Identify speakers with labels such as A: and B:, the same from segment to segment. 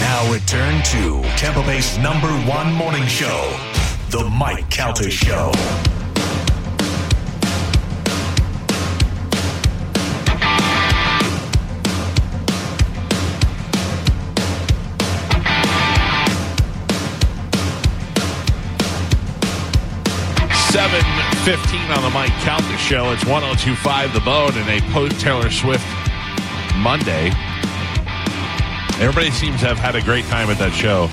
A: now return to Tampa Bay's number one morning show, The Mike Calter Show.
B: Seven fifteen on the Mike Calter Show. It's 1025 The Bone and a post Taylor Swift Monday. Everybody seems to have had a great time at that show.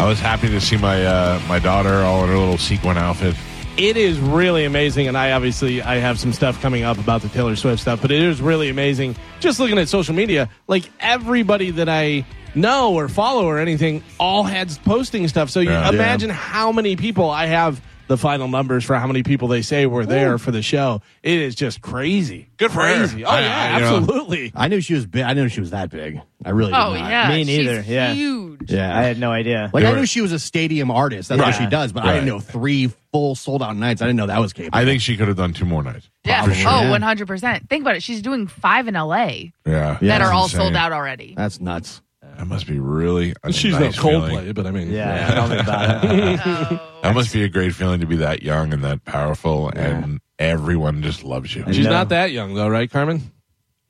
B: I was happy to see my uh, my daughter all in her little sequin outfit.
C: it is really amazing and i obviously i have some stuff coming up about the taylor swift stuff but it is really amazing just looking at social media like everybody that i know or follow or anything all had posting stuff so you
B: Yeah.
C: imagine how many people i have the final numbers for how many people they say were there for the show it is just crazy
B: Good for her.
C: crazy oh
B: I-
C: yeah
B: I- you know.
C: absolutely
D: I knew she was big. I knew she was that big. I really.
E: Oh
D: did not.
E: yeah,
F: Me neither,
E: She's
F: yeah.
E: huge.
D: Yeah.
F: I had no idea.
D: like I
B: You're-
D: knew she was a stadium artist. That's what
B: Right.
D: she does. But I didn't know three full sold out nights. I didn't know that was capable.
B: I think she could have done two more nights.
E: Yeah.
B: For sure.
E: Oh, one hundred percent. Think about it. She's doing five in L.A.
B: Yeah.
E: that
B: That's
E: are all
B: insane.
E: sold out already.
D: that's nuts.
B: That must be really. I mean,
G: She's
B: nice
G: not Coldplay,
B: feeling.
G: but I mean,
F: yeah, tell me about it.
B: That must be a great feeling to be that young and that powerful, and everyone just loves you.
G: she's
F: No.
G: not that young though, right, Carmen?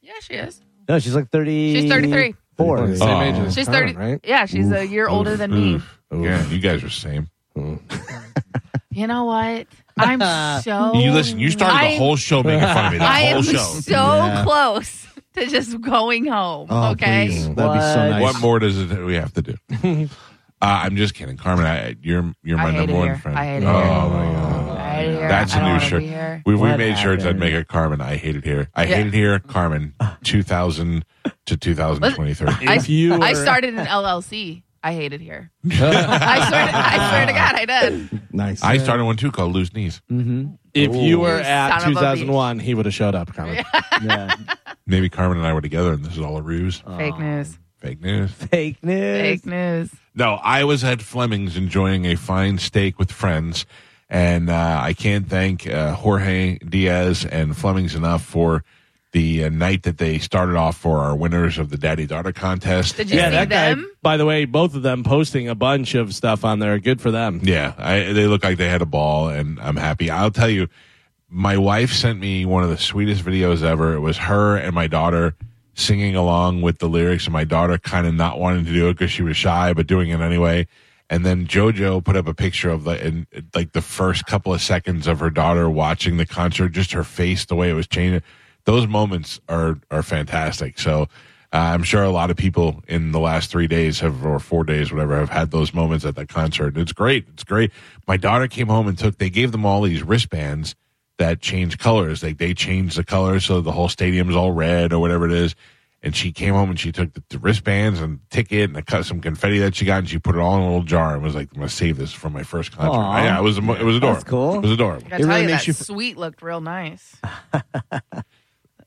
E: Yeah, she is.
F: No, she's like thirty.
E: She's 33.
F: Four.
G: Same
B: Oh.
G: age as
E: She's
G: Carmen,
E: thirty.
G: right?
E: Yeah, she's a year older than me.
B: Yeah, you guys are same.
E: You know what? I'm so.
B: You listen. You started the
E: Oh, I'm-
B: whole show making fun of me. The
E: I
B: whole
E: am
B: show.
E: so close to just going home.
D: Oh,
E: okay.
D: please.
F: Mm.
D: that'd be so
F: What?
D: nice.
B: What more does it we have to do? uh, I'm just kidding, Carmen. I, you're you're my
E: I hate
B: number
E: it
B: one
E: here.
B: friend.
E: I hate it
B: oh
E: here.
B: my god,
E: I hate it here.
B: that's
E: I
B: a
E: don't
B: new
E: wanna
B: shirt.
E: be here.
B: We, we
F: What
B: made shirts. I'd
F: happened?
B: make a Carmen. I hate it here. I hate
E: Yeah.
B: it here, Carmen. 2000 to 2023.
E: I,
C: If you
E: I
C: were-
E: started an LLC. I hated here. I swear, to, I swear to God, I did.
D: Nice.
B: I started one too called Loose Knees.
C: if you were
E: You
C: at
E: son of a bitch.
C: 2001 he would have showed up Carmen.
F: Yeah.
B: Maybe Carmen and I were together, and this is all a ruse.
E: Fake news.
B: Fake news.
F: Fake news.
E: Fake news.
B: No, I was at Fleming's enjoying a fine steak with friends, and uh, I can't thank uh, Jorge Diaz and Fleming's enough for the uh, night that they started off for our winners of the Daddy Daughter contest.
E: Did you see them?
C: by the way both of them posting a bunch of stuff on there good for them
B: Yeah, I, they look like they had a ball, and I'm happy. I'll tell you, my wife sent me one of the sweetest videos ever. It was her and my daughter singing along with the lyrics, and my daughter kind of not wanting to do it because she was shy, but doing it anyway. And then JoJo put up a picture of the in, like the first couple of seconds of her daughter watching the concert, just her face, the way it was changing. Those moments are are fantastic. So uh, I'm sure a lot of people in the last three days have, or four days, whatever, have had those moments at that concert. It's great. It's great. My daughter came home and took, they gave them all these wristbands that change colors. Like they change the color so the whole stadium's all red or whatever it is. And she came home and she took the, the wristbands and ticket and the, cut- some confetti that she got and she put it all in a little jar and was like, I'm going to save this for my first concert.
F: Aw.
B: I, yeah, it was, emo- it was adorable.
F: cool.
B: It was adorable.
E: I gotta
D: It
E: tell
D: really
E: you,
D: makes
E: that
D: you f-
E: sweet looked real nice.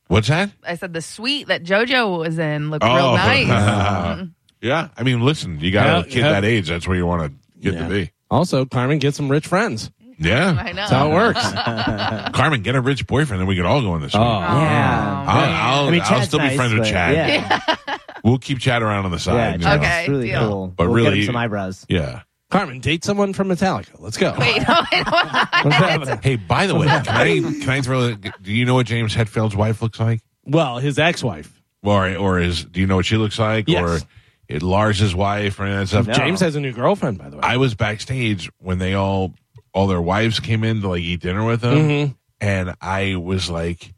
B: What's that?
E: I said the suite that JoJo was in looked
B: Oh.
E: real nice.
B: yeah. I mean, listen, you got
C: Yeah,
B: a kid
C: yeah.
B: that age. That's where you want to get
D: Yeah.
B: to be.
C: also Carmen get some rich friends
B: Yeah.
E: I know.
C: that's how it works
B: Carmen, get a rich boyfriend, and we could all go on this.
C: Oh.
B: one.
F: Yeah.
B: I'll, I'll,
F: I mean,
B: I'll
F: Chad's
B: still be
F: nice,
B: friends with
F: but-
B: Chad.
F: Yeah.
B: We'll keep Chad around on the
F: Yeah,
B: side. you
E: Chad's-
B: know?
E: Okay.
F: It's really
E: deal.
F: cool.
B: But
F: We'll get
B: really-
F: him some eyebrows.
B: Yeah.
C: Carmen, date someone from Metallica. Let's go.
E: Wait, no, wait, no.
C: What's happening?
B: Hey, by the way, can I, can I throw? a- Do you know what James Hetfield's wife looks like,
C: Well, his ex-wife.
B: or or is do you know what she looks like,
C: Yes.
B: or it, Lars's wife, or any of that stuff?
F: No.
C: James has a new girlfriend, by the way.
B: I was backstage when they all all their wives came in to like eat dinner with them,
C: Mm-hmm.
B: and I was like,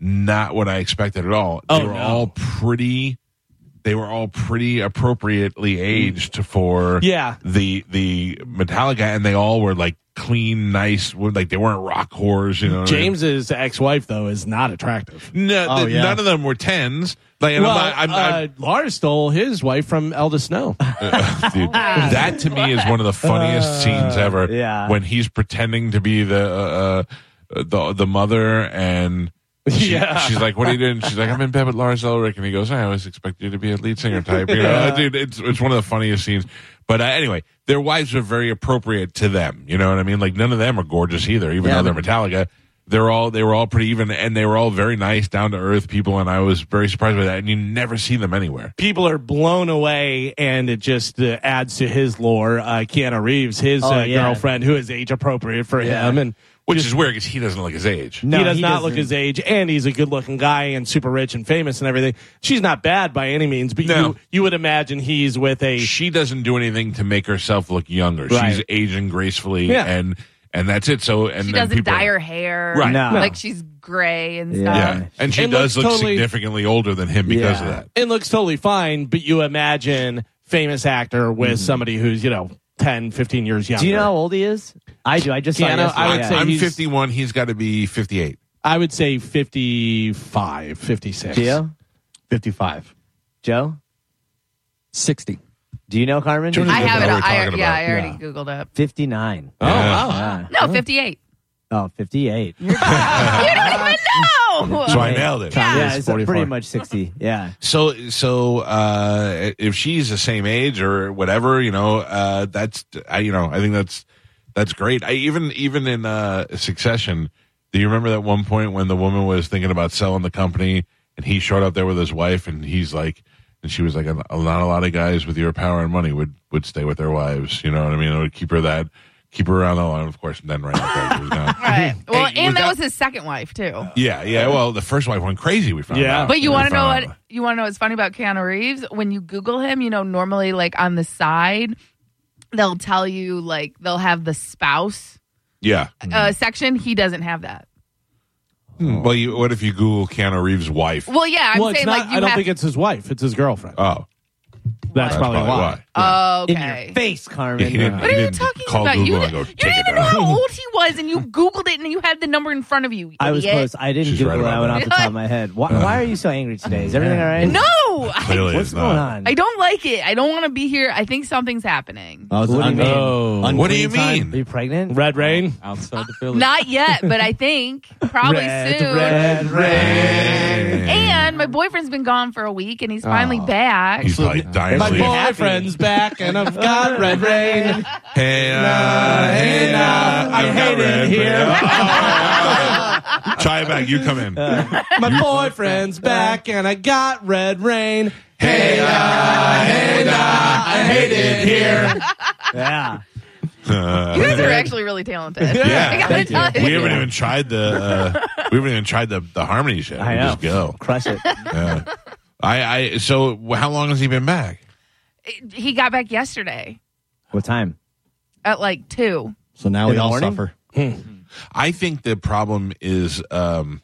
B: not what I expected at all. They
C: Oh,
B: were
C: no.
B: all pretty. They were all pretty appropriately aged for
C: Mm. Yeah.
B: the the Metallica, and they all were like clean, nice. were- Like they weren't rock whores, you know. what I mean?
C: James's ex-wife though is not attractive.
B: No,
D: Oh,
B: th-
D: yeah.
B: none of them were tens. Like, and
C: well,
B: I'm, not- I'm, I'm,
C: uh, Lars stole his wife from Elda Snow.
B: Uh, Dude, that to me is one of the funniest scenes ever.
F: yeah.
B: when he's pretending to be the uh, uh, the the mother, and she-
C: Yeah.
B: she's like, "What are you doing?" She's like, "I'm in bed with Lars Ulrich," and he goes, "I always expected you to be a lead singer type." You know, dude, it's it's one of the funniest scenes. But uh, anyway, their wives are very appropriate to them. You know what I mean? Like none of them are gorgeous either, even
D: Yeah,
B: though they're
D: but-
B: Metallica. they're all they were all pretty even and they were all very nice, down to earth people, and I was very surprised by that. And you never see them anywhere.
C: people are blown away, and it just uh, adds to his lore. Uh, Keanu Reeves, his
F: Oh,
C: uh,
F: yeah.
C: girlfriend, who is age appropriate for
F: Yeah.
C: him, and
B: Which is weird because he doesn't look his age.
F: No,
C: he does
F: he
C: not look
F: doesn't.
C: his age, and he's a good-looking guy and super rich and famous and everything. She's not bad by any means, but
B: No.
C: you you would imagine he's with a
B: She doesn't do anything to make herself look younger.
C: Right.
B: She's aging gracefully,
C: Yeah.
B: and and that's it. So and
E: She
B: then
E: doesn't
B: people-
E: dye her hair.
B: Right.
F: No.
E: Like she's gray and stuff.
B: Yeah, and she
C: It
B: does
C: looks
B: look
C: totally-
B: significantly older than him because
F: Yeah.
B: of that.
C: it looks totally fine, but you imagine famous actor with somebody who's you know 10, 15 years younger.
F: Do you know how old he is? I do. I just
C: Keanu,
F: saw yesterday.
C: I would
F: yeah.
C: say-
B: I'm
C: he's-
B: 51. He's got to be 58.
C: I would say 55, 56.
F: Gio,
C: 55.
F: Joe,
D: 60.
F: do you know Carmen?
B: Joe
E: I
B: What
E: have
B: are
E: it.
B: we
E: I,
B: talking
E: yeah,
B: about?
E: I already
F: Yeah.
E: Googled it.
F: Fifty nine.
B: Oh,
F: Yeah.
E: No, 58.
F: Oh, 58.
E: You don't even know.
B: So I nailed it.
F: yeah,
C: is
F: it's pretty
C: 44.
F: much 60. Yeah.
B: So so uh, if she's the same age or whatever, you know, uh, that's I, you know, I think that's that's great. I even even in uh, Succession, do you remember that one point when the woman was thinking about selling the company and he showed up there with his wife and he's like. And she was like, "A not a lot of guys with your power and money would would stay with their wives. You know what I mean? It would keep her that, keep her around that long. Of course, and then right after she was gone.
E: Right. Well,
B: Hey,
E: and that
B: without-
E: was his second wife too.
B: Yeah, yeah. Well, the first wife went crazy. We found
C: Yeah.
B: out.
E: But you
B: We
E: want to know
B: found
E: what
B: out.
E: you want to know what's funny about Keanu Reeves? When you Google him, you know, normally like on the side, they'll tell you like they'll have the spouse
B: Yeah.
E: uh, section. He doesn't have that.
B: Hmm, Well, you, what if you Google Keanu Reeves' wife?
E: Well, yeah, I'm
C: well, it's
E: saying
C: not,
E: like you
C: I don't
E: have.
C: think it's his wife; it's his girlfriend.
B: Oh,
C: that's, probably, why.
E: oh,
F: In
E: okay.
F: your face, Carmen.
B: He didn't-
F: Uh,
E: What
B: You
E: are you
B: didn't
E: talking
B: call
E: about?
B: Google
E: you
B: and
E: didn't,
B: go,
E: you
B: "Take
E: didn't
B: it
E: even know how
B: down."
E: old he was, and you Googled it, and you had the number in front of you. you
F: I was
E: idiot.
F: close. I didn't
B: She's
F: Google
B: right
F: it.
B: about
F: I went off
B: that.
F: the top of my head. Why, why are you so angry today? Is everything all right?
E: No, I,
B: Clearly
F: What's
B: it's
F: going
B: not.
F: on?
E: I don't like it. I don't want to be here. I think something's happening.
F: Oh, is it
D: What do you
F: unclean-
D: mean?
C: Oh.
B: What do you
F: unclean time?
B: mean?
F: Are you pregnant?
C: Red Rain.
D: Outside the village.
E: Not yet, but I think probably soon. And my boyfriend's been gone for a week, and he's finally back.
B: Oh. He's like dying
C: My
B: to leave.
C: boyfriend's back, and I've got Red Rain.
B: Hey, uh, hey, uh, I've got
C: hate it
B: red hair.
C: here.
B: Try it back. uh, You come in.
C: My boyfriend's back, and I got Red Rain.
B: Hey, uh, hey, uh, I hate it here.
F: Yeah.
E: You
B: Uh,
E: guys are actually really talented.
B: Yeah,
E: I gotta
F: thank you.
E: tell you.
B: we haven't even tried the uh, we haven't even tried the the harmonies yet.
F: I
B: we
F: know.
B: just go.
F: Crush it.
B: Yeah. I I so how long has he been back?
E: He got back yesterday
F: What time?
E: at like two.
D: So now
F: In
D: we
F: the
D: all
F: morning?
D: suffer.
B: I think the problem is um,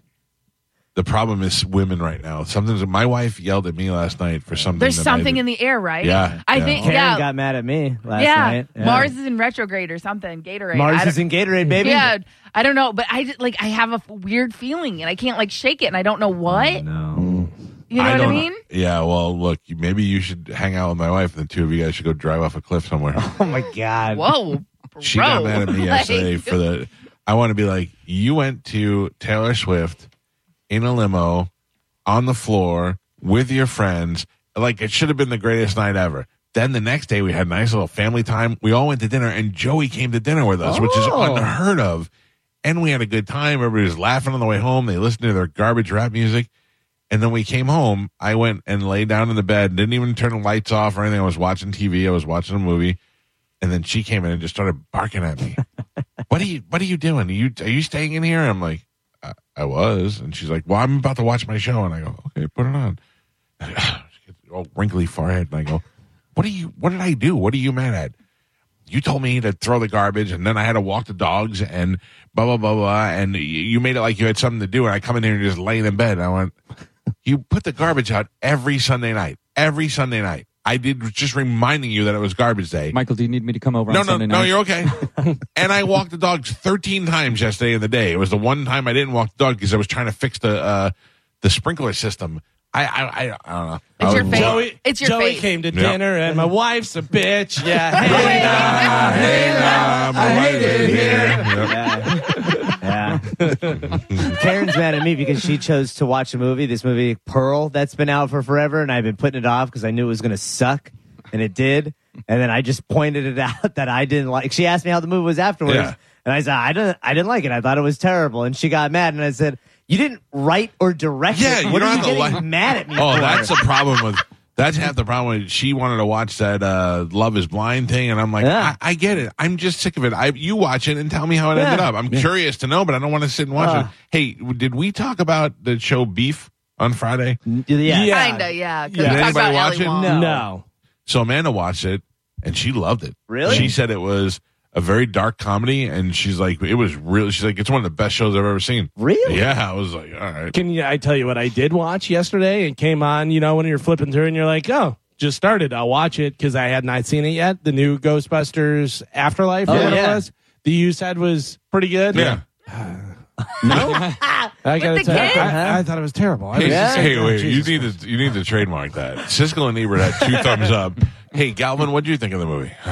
B: the problem is women right now. Something's my wife yelled at me last night for something.
E: There's
B: that
E: something
B: I,
E: in the air, right?
B: Yeah,
E: I
B: yeah.
E: think
F: Karen
E: yeah,
F: got mad at me last
E: yeah.
F: night. Yeah.
E: Mars is in retrograde or something. Gatorade. I
F: Mars
E: don't-
F: is in Gatorade, baby.
E: Yeah, I don't know, but I just, like I have a f- weird feeling and I can't like shake it, and I don't know what.
F: No.
E: You know what I
B: don't-
E: mean?
B: Yeah. Well, look, you- maybe you should hang out with my wife, and the two of you guys should go drive off a cliff somewhere.
F: Oh my God.
E: Whoa,
B: she
E: bro.
B: got mad at me
E: Like,
B: yesterday for the. I want to be like you went to Taylor Swift in a limo on the floor with your friends. Like it should have been the greatest night ever. Then the next day we had a nice little family time. We all went to dinner and Joey came to dinner with us, which is unheard of. And we had a good time. Everybody was laughing on the way home. They listened to their garbage rap music. And then we came home. I went and lay down in the bed, didn't even turn the lights off or anything. I was watching TV. I was watching a movie. And then she came in and just started barking at me. what are you what are you doing? Are you are you staying in here? I'm like, I, I was. And she's like, Well, I'm about to watch my show. And I go, Okay, put it on. She gets all wrinkly forehead. And I go, What are you what did I do? What are you mad at? You told me to throw the garbage and then I had to walk the dogs and blah blah blah blah. And y- you made it like you had something to do, and I come in here and you're just laying in bed. And I went, You put the garbage out every Sunday night. Every Sunday night. I did just reminding you that it was garbage day.
D: Michael, do you need me to come over
B: No,
D: on
B: no,
D: Sunday
B: no,
D: night?
B: you're okay. and I walked the dogs 13 times yesterday in the day. It was the one time I didn't walk the dog because I was trying to fix the uh, the sprinkler system. I I, I, I don't know.
E: It's
B: I
E: your
B: was-
E: face.
C: Joey,
E: It's your
C: Joey
E: face.
C: came to
B: Yeah.
C: dinner, and my wife's a bitch. Yeah, hey,
B: I hate it here.
F: Yeah. yeah. Karen's mad at me because she chose to watch a movie, this movie Pearl, that's been out for forever, and I've been putting it off because I knew it was going to suck, and it did. And then I just pointed it out that I didn't like. She asked me how the movie was afterwards.
B: Yeah.
F: And I said, I didn't, I didn't like it. I thought it was terrible. And she got mad. And I said, you didn't write or direct
B: Yeah,
F: it.
B: you
F: What
B: don't
F: are you
B: have to
F: getting
B: like-
F: mad at me
B: Oh,
F: for?
B: that's a problem with. That's half the problem. She wanted to watch that uh, Love Is Blind thing, and I'm like,
F: Yeah.
B: I, I get it. I'm just sick of it. I you watch it and tell me how it
F: Yeah. Uh.
B: ended up. I'm curious to know, but I don't want to sit and watch it.
F: Ugh.
B: Hey, w- did we talk about the show Beef on Friday?
F: Yeah.
C: Yeah.
E: Kinda, yeah. 'cause
C: Yeah.
E: we
B: Did
E: talked
B: anybody
E: about
B: watch
E: Ellie
B: it?
E: Wong.
F: No.
C: No.
B: So Amanda watched it and she loved it.
F: Really?
B: She said it was a very dark comedy, and she's like, it was really. She's like, it's one of the best shows I've ever seen.
F: Really?
B: Yeah, I was like, all right.
C: Can you, I tell you what I did watch yesterday? It came on, you know, when you're flipping through and you're like, oh, just started. I'll watch it because I had not seen it yet. The new Ghostbusters Afterlife, or
F: Oh,
C: what
F: yeah.
C: it was. The you said was pretty good.
B: Yeah.
C: I gotta
E: the
C: tell you,
E: kid?
C: I, I thought it was terrible. I
B: Hey,
C: was
F: Yeah.
C: just like,
B: hey,
C: oh,
B: wait!
C: Jesus.
B: You need to you need to trademark that. Siskel and Ebert had two thumbs up. Hey, Galvin, what do you think of the movie?
C: Uh,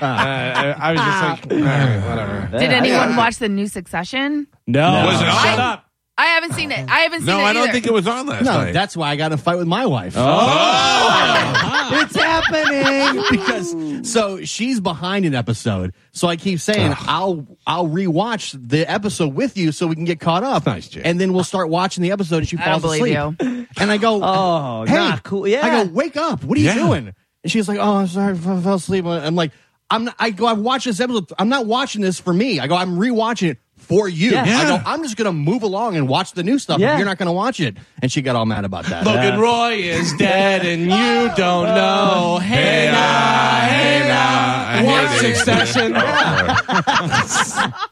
C: I, I was just like, all right, whatever.
E: Did anyone watch the new Succession?
C: No,
B: Was it
C: shut
B: on?
C: up.
E: I haven't seen it. I haven't seen
B: no,
E: it
B: I don't
E: either.
B: think it was on last
D: No,
B: night.
D: that's why I got in a fight with my wife.
F: Oh. It's happening.
D: because so she's behind an episode. So I keep saying I'll I'll rewatch the episode with you so we can get caught up.
B: Nice, Jay.
D: And then we'll start watching the episode and she
E: I don't
D: falls asleep.
E: believe
D: And I go,
F: Oh,
D: hey,
F: not cool. Yeah.
D: I go, wake up! What are you
B: Yeah.
D: doing? And she's like, oh, I'm sorry, I fell asleep. I'm like, I'm not, I go, I've watched this episode. I'm not watching this for me. I go, I'm rewatching it for you.
F: Yeah.
D: I
B: Yeah.
D: go, I'm just gonna move along and watch the new stuff.
F: Yeah.
D: If you're not gonna watch it, and she got all mad about that.
C: Logan Roy is dead, and you don't know. Hey,
B: ah,
C: now, hey, now. One succession.
B: Oh,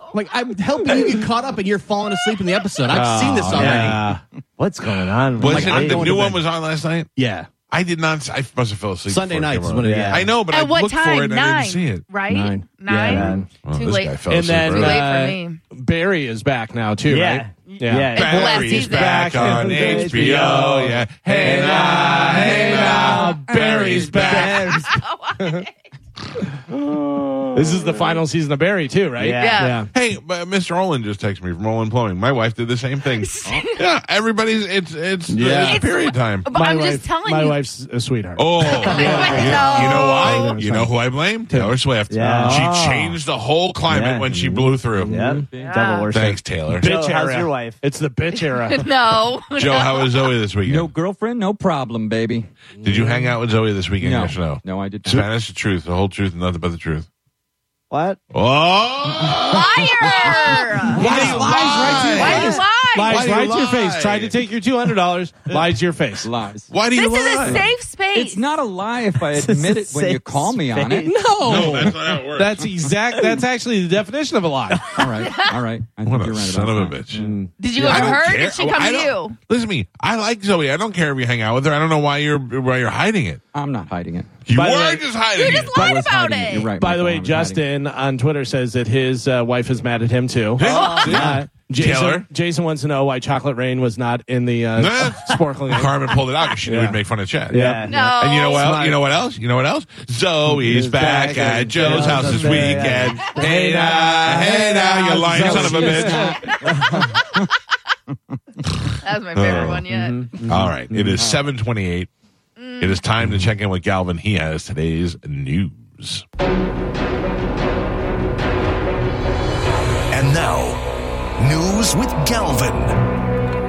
D: I'm like, I'm helping you get caught up, and you're falling asleep in the episode. I've seen this
F: Oh,
D: already.
F: yeah. What's going on?
B: Was
D: Like,
B: it,
D: I'm
B: the
D: going
B: new
D: to
B: one
D: bed.
B: was on last night.
D: Yeah.
B: I did not. I must have fell asleep.
D: Sunday
B: before it
D: night
B: came
D: is
B: on.
D: when it
F: Yeah.
B: I know, but I
E: At what
B: looked
E: time?
B: for it and
E: Nine,
B: I didn't see it.
E: right?
D: Nine.
E: Nine?
F: Yeah,
E: Nine?
F: nine.
B: Well,
E: Too
B: this
E: late.
B: guy
E: Too
B: fell
C: And
B: asleep
C: then,
B: early.
E: late
C: Uh,
E: for me.
C: Barry is back now too,
F: Yeah.
C: right?
F: Yeah.
E: Barry last
B: Barry's
E: season.
B: back on
F: HBO.
B: HBO. Yeah. Hey now, hey now, Barry's back.
C: This is the final season of Barry too, right?
F: Yeah.
E: Yeah.
B: Hey, but Mr. Olin just texted me from Olin Plumbing. My wife did the same thing. Oh, yeah, everybody's it's it's
D: Yeah.
B: it's period time.
E: But
C: My
E: I'm
C: wife,
E: just telling
C: my
E: you.
C: wife's a sweetheart.
B: Oh, you, you know why?
C: No.
B: You know who I blame? Taylor Swift.
F: Yeah.
G: Ah.
B: She changed the whole climate
F: Yeah.
B: when she blew through.
F: Yep. Double worship.
B: Thanks, Taylor.
C: bitch
F: Joe,
C: era.
F: how's your wife?
C: It's the bitch era.
E: no.
B: Joe, how was Zoe this weekend?
G: No girlfriend, no problem, baby.
B: Did you hang out with Zoe this weekend?
G: No,
B: Yes or no?
G: no, I did. not.
B: Spanish the truth, the whole truth, and nothing but the truth.
F: What?
B: Oh,
E: Liar!
B: why you lie?
E: Why do you lie?
C: Lies
B: do you
C: right to your face.
B: lie?
C: Tried to take your two hundred dollars. Lies to your face.
G: Lies.
B: Why do you
E: This is
B: lie?
E: a safe space.
G: It's not a lie if I
F: is
G: admit
F: a
G: it when you
F: safe
G: call me on it.
C: No,
B: No, that's not how it works.
C: that's exact. That's actually the definition of a lie.
G: All right, all right. I think
B: what
G: you're
B: a
G: right
B: son
G: about
B: of a
G: that. Mm.
B: bitch.
E: Did you go to
B: don't
E: her?
B: care.
E: Did she
B: Oh,
E: come
B: I
E: to
B: don't-
E: you?
B: Listen to me. I like Zoe. I don't care if you hang out with her. I don't know why you're why you're hiding it.
G: I'm not hiding it.
B: You
C: By the
B: were
C: way-
B: just hiding
E: You
B: it.
E: just
G: I
E: lied
G: was
E: about
G: hiding
E: it.
G: You're right.
C: By the
G: Michael, I
C: way,
G: was hiding it.
C: Justin on Twitter says that his uh, wife is mad at him too.
E: Oh.
B: See?
C: Jason,
B: Taylor?
C: Jason wants to know why Chocolate Rain was not in the uh,
B: Nah.
C: sparkling.
B: Carmen pulled it out because she knew
C: Yeah.
B: we'd make fun of Chad.
F: Yeah.
E: No.
B: And you know what? You know what else? You know what else? Zoe's back,
C: back
B: at
C: at
B: Joe's
F: Joe's
B: house this
F: today.
B: weekend. Hey now, hey now, you lying son of a bitch.
E: That was my favorite
B: Oh.
E: one yet.
B: All right, it is seven twenty-eight. It is time to check in with Galvin. He has today's news.
A: And now, news with Galvin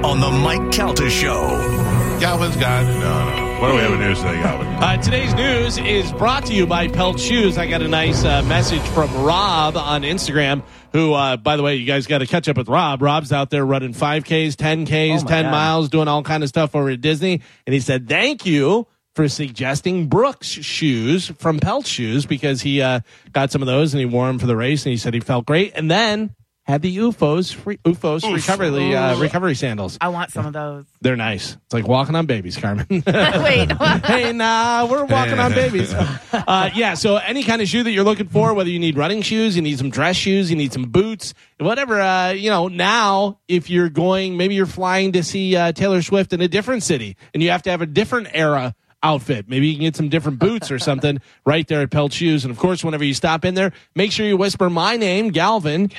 A: on the Mike Calta Show.
B: Galvin's got no, no. What do we have in news today, Galvin?
C: Uh, today's news is brought to you by Pelt Shoes. I got a nice uh, message from Rob on Instagram, who, uh, by the way, you guys got to catch up with Rob. Rob's out there running 5Ks, 10Ks, 10
F: Oh, my God.
C: miles, doing all kind of stuff over at Disney. And he said, thank you for suggesting Brooks shoes from Pelt Shoes because he uh, got some of those and he wore them for the race and he said he felt great. And then had the UFOs, free, UFOs recovery, uh, recovery sandals.
E: I want some of those.
C: They're nice. It's like walking on babies, Carmen.
E: Wait.
C: hey, nah, we're walking on babies. Uh, yeah, so any kind of shoe that you're looking for, whether you need running shoes, you need some dress shoes, you need some boots, whatever, uh, you know, now if you're going, maybe you're flying to see uh, Taylor Swift in a different city and you have to have a different era outfit. Maybe you can get some different boots or something right there at Pelt Shoes. And of course, whenever you stop in there, make sure you whisper my name, Galvin.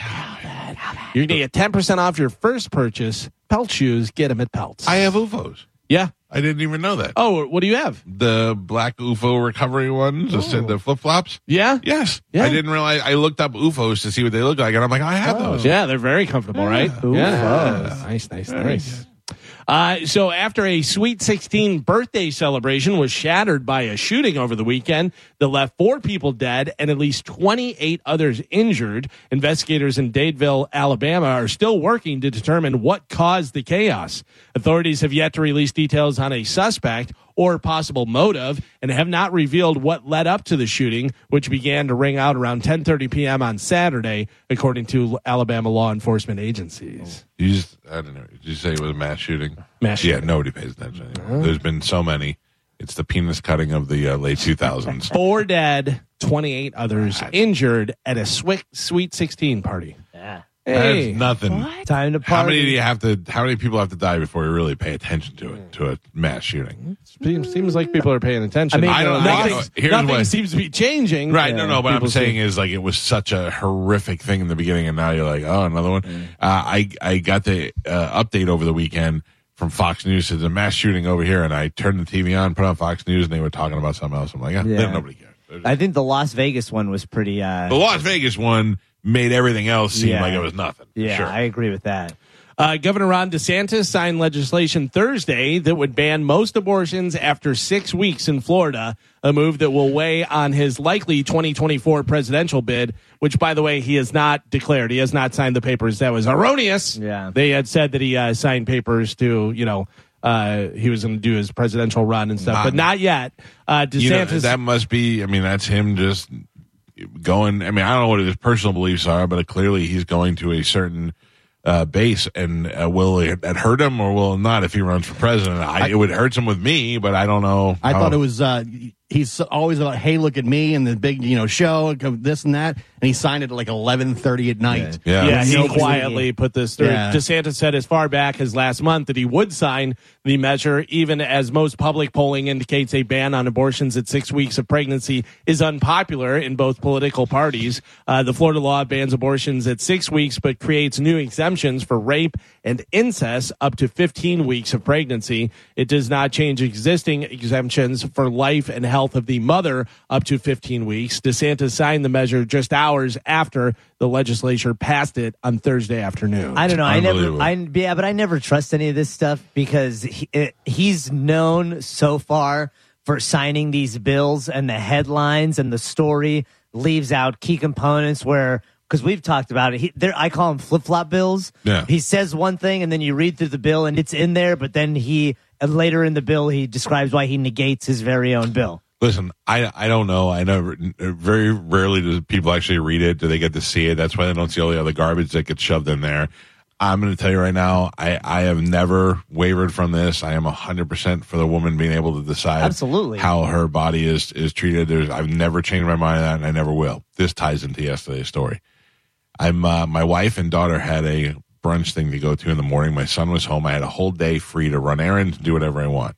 C: You're going to get 10% off your first purchase. Pelt Shoes, get them at Pelts.
B: I have UFOs.
C: yeah.
B: I didn't even know that.
C: Oh, what do you have?
B: The black UFO recovery ones, just said the flip flops.
C: Yeah?
B: Yes.
C: Yeah.
B: I didn't realize. I looked up UFOs to see what they look like, and I'm like, I have those.
C: Yeah, they're very comfortable, right?
F: Ooh,
C: Yeah. Nice, nice, nice. Uh, so after a Sweet 16 birthday celebration was shattered by a shooting over the weekend that left four people dead and at least 28 others injured, investigators in Dadeville, Alabama are still working to determine what caused the chaos. Authorities have yet to release details on a suspect or possible motive and have not revealed what led up to the shooting which began to ring out around 10:30 p.m. on Saturday according to Alabama law enforcement agencies.
B: You just, I don't know. Did you say it was a mass shooting?
C: Mass
B: yeah,
C: shooting.
B: nobody pays attention. anymore. There's been so many. It's the penis cutting of the uh, late 2000s.
C: Four dead, 28 others injured at a swi- sweet 16 party.
F: Yeah.
C: Hey.
B: That's nothing.
F: Time to party.
B: How many do you have to? How many people have to die before you really pay attention to it? To a mass shooting?
C: Seems, seems like people are paying attention.
F: I mean, I don't-
C: nothing,
B: I don't- here's
C: nothing
B: what-
C: seems to be changing.
B: Right. No,
F: Yeah.
B: no. But I'm
C: People
B: saying is like it was such a horrific thing in the beginning, and now you're like, oh, another one.
F: Mm.
B: Uh, I I got the uh, update over the weekend from Fox News. There's a mass shooting over here, and I turned the TV on, put on Fox News, and they were talking about something else. I'm like, ah,
F: Yeah.
B: nobody cares. They're just-
F: I think the Las Vegas one was pretty. Uh,
B: The Las Vegas one made everything else seem
F: Yeah.
B: like it was nothing.
F: yeah,
B: Sure.
F: I agree with that.
C: Uh, Governor Ron DeSantis signed legislation Thursday that would ban most abortions after six weeks in Florida, a move that will weigh on his likely 2024 presidential bid, which, by the way, he has not declared. He has not signed the papers. That was erroneous.
F: Yeah.
C: They had said that he uh, signed papers to, you know, uh, he was going to do his presidential run and stuff,
B: Not-
C: but not yet. Uh, DeSantis.
B: you know, that must be. I mean, that's him just going. I mean, I don't know what his personal beliefs are, but clearly he's going to a certain uh, base, and uh, will it that hurt him or will it not if he runs for president? I, it would hurt him with me, but I don't know.
D: I
B: how-
D: thought it was uh, he's always about hey look at me and the big you know show this and that and he signed it at like eleven thirty at night.
B: Yeah.
C: Yeah, he
D: Nobody-
C: quietly put this through.
D: Yeah.
C: DeSantis said as far back as last month that he would sign the measure, even as most public polling indicates a ban on abortions at six weeks of pregnancy is unpopular in both political parties. Uh, the Florida law bans abortions at six weeks, but creates new exemptions for rape and incest up to 15 weeks of pregnancy. It does not change existing exemptions for life and health of the mother up to 15 weeks. DeSantis signed the measure just hours after the legislature passed it on Thursday afternoon.
F: I don't know. I never.
B: Unbelievable.
F: I yeah, but I never trust any of this stuff because he, it, he's known so far for signing these bills, and the headlines and the story leaves out key components where. Because we've talked about it, he, there, I call them flip flop bills.
B: Yeah.
F: He says one thing, and then you read through the bill, and it's in there. But then he and later in the bill, he describes why he negates his very own bill.
B: Listen, I I don't know. I never very rarely do people actually read it. Do they get to see it? That's why they don't see all the other garbage that gets shoved in there. I'm going to tell you right now. I I have never wavered from this. I am 100 percent for the woman being able to decide
F: Absolutely.
B: how her body is is treated. There's I've never changed my mind on that, and I never will. This ties into yesterday's story. I'm uh, my wife and daughter had a brunch thing to go to in the morning. My son was home. I had a whole day free to run errands, do whatever I want.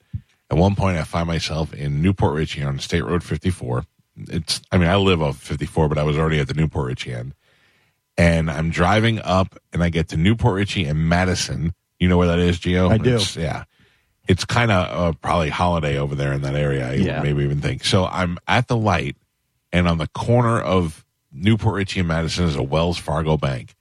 B: At one point, I find myself in Newport Richie on State Road 54. It's I mean I live off 54, but I was already at the Newport Richie end. And I'm driving up, and I get to Newport Richie and Madison. You know where that is, Gio?
D: I do.
B: It's- yeah, it's kind of uh, probably holiday over there in that area. I
G: Yeah.
B: maybe even think so. I'm at the light, and on the corner of Newport Richie and Madison is a Wells Fargo bank,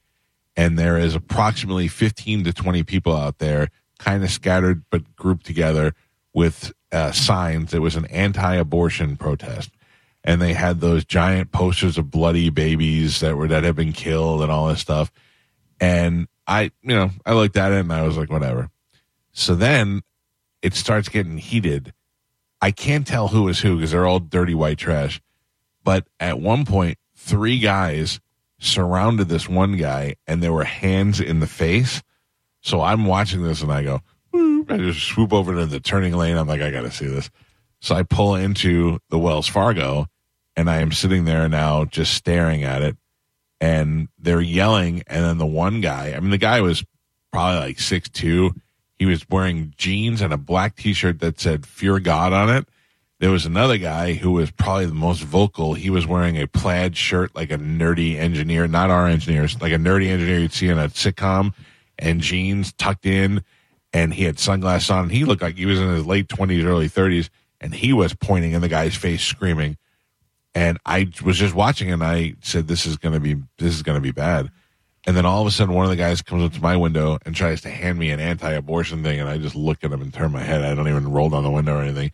B: and there is approximately 15 to 20 people out there, kind of scattered but grouped together with uh, signs. It was an anti-abortion protest, and they had those giant posters of bloody babies that were that had been killed and all this stuff. And I, you know, I looked at it and I was like, whatever. So then it starts getting heated. I can't tell who is who because they're all dirty white trash. But at one point, three guys surrounded this one guy and there were hands in the face. So I'm watching this and I go, "Whoop." I just swoop over to the turning lane. I'm like, I got to see this. So I pull into the Wells Fargo and I am sitting there now just staring at it. And they're yelling. And then the one guy, I mean, the guy was probably like six two. He was wearing jeans and a black t shirt that said Fear God on it. There was another guy who was probably the most vocal. He was wearing a plaid shirt like a nerdy engineer, not our engineers, like a nerdy engineer you'd see in a sitcom, and jeans tucked in. and he had sunglasses on. And he looked like he was in his late twenties, early thirties, and he was pointing in the guy's face, screaming. And I was just watching, and I said, "This is gonna be this is gonna be bad." And then all of a sudden, one of the guys comes up to my window and tries to hand me an anti-abortion thing, and I just look at him and turn my head. I don't even roll down the window or anything.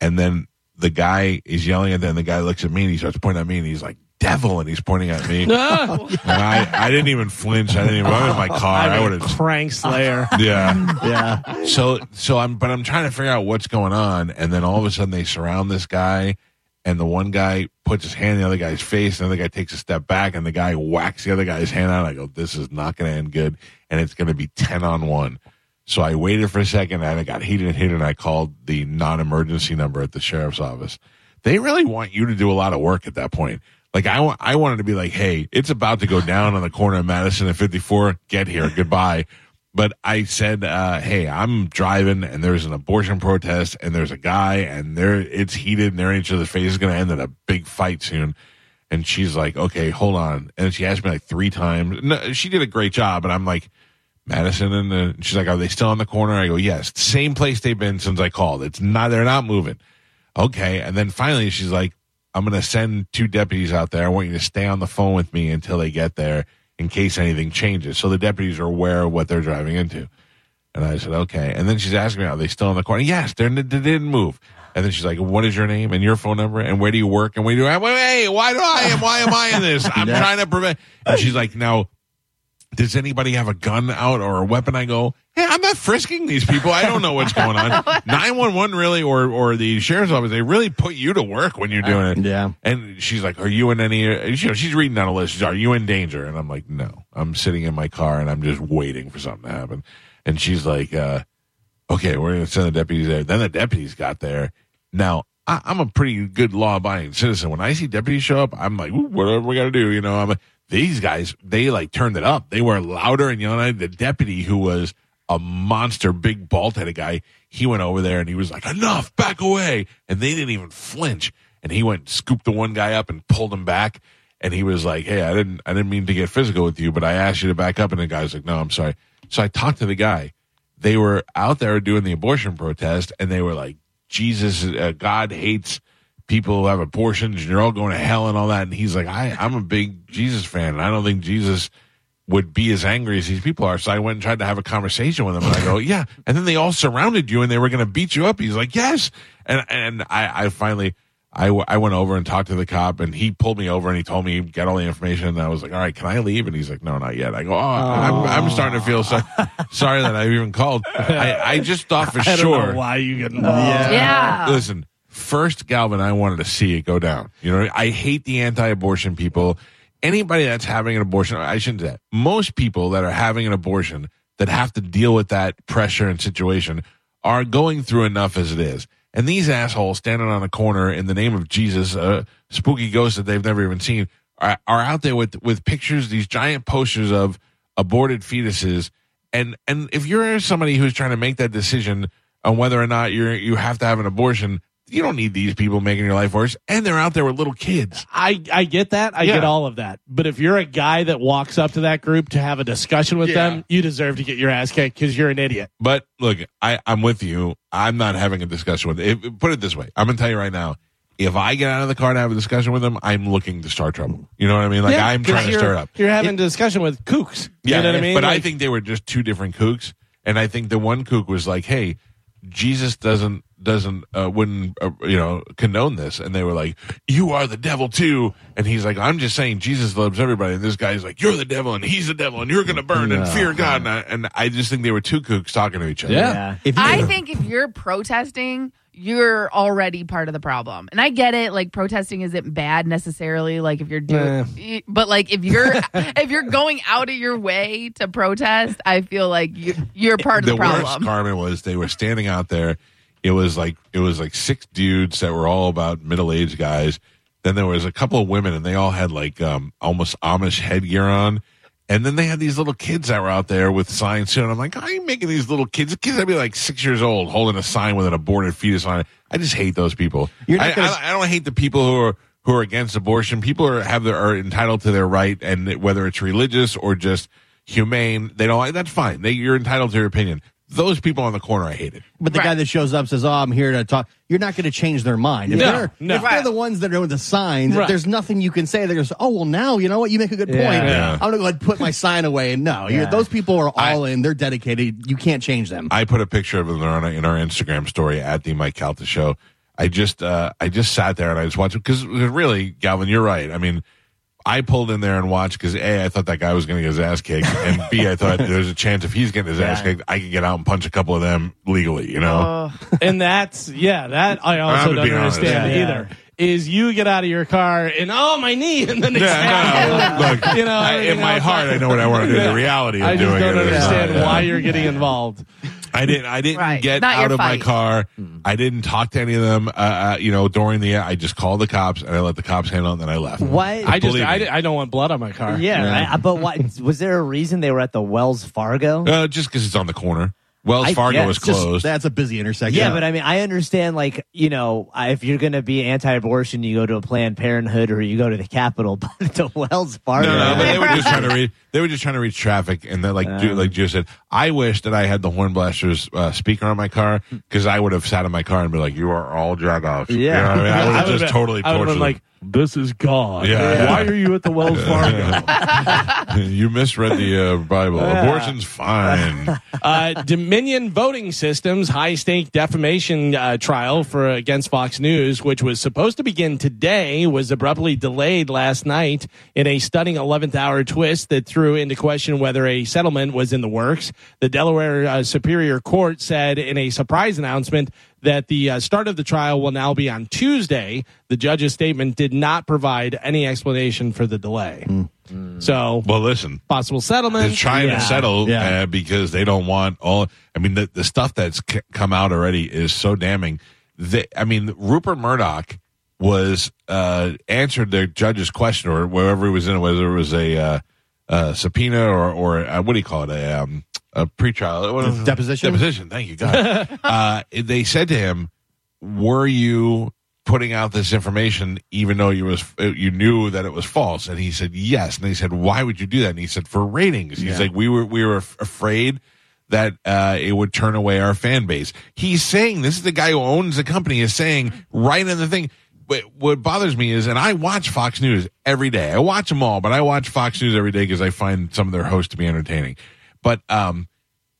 B: And then the guy is yelling at them. and The guy looks at me and he starts pointing at me and he's like, "Devil!" and he's pointing at me. and I, I didn't even flinch. I didn't even. I'm in my car. I would have.
C: crank slayer.
B: Yeah.
F: Yeah.
B: So so I'm but I'm trying to figure out what's going on, and then all of a sudden they surround this guy, and the one guy puts his hand in the other guy's face, and the other guy takes a step back, and the guy whacks the other guy's hand out. I go, this is not going to end good, and it's going to be ten on one. So I waited for a second, and I got heated and heated, and I called the non-emergency number at the sheriff's office. They really want you to do a lot of work at that point. Like I want, I wanted to be like, hey, it's about to go down on the corner of Madison and 54. Get here, goodbye but I said, uh, "Hey, I'm driving, and there's an abortion protest, and there's a guy, and there it's heated, and they're in each other's face. It's going to end in a big fight soon." And she's like, "Okay, hold on." And she asked me like three times. No, she did a great job, and I'm like, "Madison," and uh, she's like, "Are they still on the corner?" I go, "Yes, same place they've been since I called. It's not. They're not moving." Okay, and then finally she's like, "I'm going to send two deputies out there. I want you to stay on the phone with me until they get there." In case anything changes, so the deputies are aware of what they're driving into. And I said, okay. And then she's asking me, are they still in the corner? Yes, they're, they didn't move. And then she's like, what is your name and your phone number and where do you work and where do you, hey, why do I am, why am I in this? I'm trying to prevent. And she's like, now, does anybody have a gun out or a weapon? I go, hey, I'm not frisking these people. I don't know what's going on. 911 really, or, or the sheriff's office, they really put you to work when you're doing it.
D: Yeah.
B: And she's like, "Are you in any?" You know, she's reading down a list. She's, "Are you in danger?" And I'm like, "No, I'm sitting in my car and I'm just waiting for something to happen." And she's like, uh, "Okay, we're gonna send the deputies there." Then the deputies got there. Now I, I'm a pretty good law-abiding citizen. When I see deputies show up, I'm like, "Ooh, "Whatever we gotta do," you know. I'm these guys. They like turned it up. They were louder and yelling. at The deputy who was a monster, big bald-headed guy, he went over there and he was like, "Enough, back away!" And they didn't even flinch and he went and scooped the one guy up and pulled him back and he was like hey i didn't i didn't mean to get physical with you but i asked you to back up and the guy's like no i'm sorry so i talked to the guy they were out there doing the abortion protest and they were like jesus uh, god hates people who have abortions and you're all going to hell and all that and he's like I, i'm a big jesus fan and i don't think jesus would be as angry as these people are. So I went and tried to have a conversation with them, and I go, "Yeah." And then they all surrounded you, and they were going to beat you up. He's like, "Yes," and and I, I finally, I, w- I went over and talked to the cop, and he pulled me over, and he told me get all the information. And I was like, "All right, can I leave?" And he's like, "No, not yet." I go, "Oh, I'm, I'm starting to feel so, sorry that I even called. I, I just thought for
C: I don't
B: sure."
C: know why you
D: Uh,
C: getting
E: Yeah.
B: Listen, first Galvin, I wanted to see it go down. You know, I hate the anti-abortion people. Anybody that's having an abortion, I shouldn't say that. Most people that are having an abortion that have to deal with that pressure and situation are going through enough as it is. And these assholes standing on a corner in the name of Jesus, a spooky ghost that they've never even seen, are, are out there with, with pictures, these giant posters of aborted fetuses and and if you're somebody who's trying to make that decision on whether or not you're you have to have an abortion, you don't need these people making your life worse. And they're out there with little kids.
C: I, I get that. I
B: Yeah.
C: get all of that. But if you're a guy that walks up to that group to have a discussion with
B: Yeah.
C: them, you deserve to get your ass kicked because you're an idiot.
B: But look, I I'm with you. I'm not having a discussion with. If, put it this way, I'm gonna tell you right now. If I get out of the car to have a discussion with them, I'm looking to start trouble. You know what I mean? Like
C: Yeah,
B: I'm
C: 'cause
B: trying to
C: you're-
B: stir up.
C: You're having a discussion with kooks.
B: Yeah,
C: you know what I mean?
B: But I
C: Like,
B: think they were just two different kooks, and I think the one kook was like, "Hey, Jesus doesn't doesn't uh, wouldn't uh, you know condone this," and they were like, "You are the devil too," and he's like, "I'm just saying Jesus loves everybody," and this guy's like, "You're the devil, and he's the devil, and you're gonna burn and fear God," and I, and I just think they were two kooks talking to each other.
F: Yeah.
D: If you,
E: I think if you're protesting, you're already part of the problem. And I get it, like protesting isn't bad necessarily, like if you're doing but like if you're if you're going out of your way to protest, I feel like you you're part of the
B: worst
E: problem.
B: Carmen was they were standing out there. It was like it was like six dudes that were all about middle aged guys. Then there was a couple of women, and they all had like um, almost Amish headgear on. And then they had these little kids that were out there with signs too. And I'm like, how are you making these little kids? The kids that'd be like six years old holding a sign with an aborted fetus on it. I just hate those people.
F: You're not
B: I,
F: gonna-
B: I, I don't hate the people who are who are against abortion. People are have their are entitled to their right, and whether it's religious or just humane, they don't like. That's fine. They, you're entitled to your opinion. those people on the corner, I hated.
D: But the
E: Right.
D: guy that shows up says, "Oh, I'm here to talk." You're not going to change their mind. If
C: No,
D: they're
C: no.
D: if they're the ones that are with the signs,
C: Right.
D: there's nothing you can say. They're just, "Oh, well, now you know what? You make a good point.
B: Yeah.
D: I'm going to go ahead and put my sign away." And no, you're,
F: Yeah.
D: those people are all in. They're dedicated. You can't change them.
B: I put a picture of them on in our Instagram story at the Mike Calta show. I just uh, I just sat there and I just watched because really, Galvin, you're right. I mean, I pulled in there and watched because a I thought that guy was going to get his ass kicked, and b I thought there's a chance if he's getting his ass
F: Yeah.
B: kicked, I could get out and punch a couple of them legally. You know,
C: and that's yeah, that I
B: I'm
C: also
B: gonna
C: don't
B: be honest.
C: understand
F: Yeah.
C: either. Is you get out of your car and oh my knee, and then it's
B: yeah, no, look,
C: You know,
B: I- in
C: everything
B: my
C: else,
B: heart,
C: I-
B: I know what I want to do.
C: Yeah.
B: The reality of
C: I
B: doing
C: just don't
B: it is
C: understand
B: not, yeah.
C: why you're getting involved.
B: I didn't. I didn't
E: Right.
B: get
E: Not your
B: out of my
E: fight.
B: car.
C: Mm.
B: I didn't talk to any of them. Uh, uh, you know, during the I just called the cops and I let the cops handle it. And then I left.
F: Why?
C: I just
B: Believe me.
C: I, I don't want blood on my car.
F: yeah,
G: Yeah.
F: right? but what was there a reason they were at the Wells Fargo?
B: Uh, just because it's on the corner. Wells
F: I-
B: Fargo
F: yeah,
B: is
F: it's just-
B: closed.
D: That's a busy intersection.
F: Yeah, but I mean, I understand, like, you know, I- if you're going to be anti abortion, you go to a Planned Parenthood or you go to the Capitol, but to Wells Fargo.
B: no, no, but they were just trying to read. They were just trying to read traffic, and then like, Ju- like Joe said, I wish that I had the horn blasters uh, speaker on my car because I would have sat in my car and be like, "You are all drag offs." You
F: Yeah.
B: know what I, mean? I would
C: I
B: have
C: would've
B: just
C: been-
B: totally
C: I would've
B: tortured.
C: been like, this is God.
B: Yeah.
C: Why are you at the Wells Fargo?
B: them. you misread the uh, Bible. Abortion's fine.
C: uh, Dominion Voting Systems high stake defamation uh, trial for against Fox News, which was supposed to begin today, was abruptly delayed last night in a stunning 11th hour twist that threw into question whether a settlement was in the works. The Delaware uh, Superior Court said in a surprise announcement that the uh, start of the trial will now be on Tuesday. The judge's statement did not provide any explanation for the delay. So,
B: well, listen.
C: possible settlement.
B: They're trying
F: Yeah.
B: to settle
D: Yeah.
B: uh, because they don't want all. I mean, the, the stuff that's c- come out already is so damning. They, I mean, Rupert Murdoch was uh, answered the judge's question or wherever he was in, whether it was a uh, uh, subpoena or or uh what do you call it, a, um, a pretrial what-
D: Deposition?
B: Deposition. Thank you, God. uh, they said to him, "Were you?" putting out this information even though you was uh, you knew that it was false and he said yes and they said why would you do that and he said for ratings he's like we were we were af- afraid that uh, it would turn away our fan base he's saying this is the guy who owns the company is saying right in the thing but what bothers me is and i watch fox news every day i watch them all but i watch fox news every day because i find some of their hosts to be entertaining but um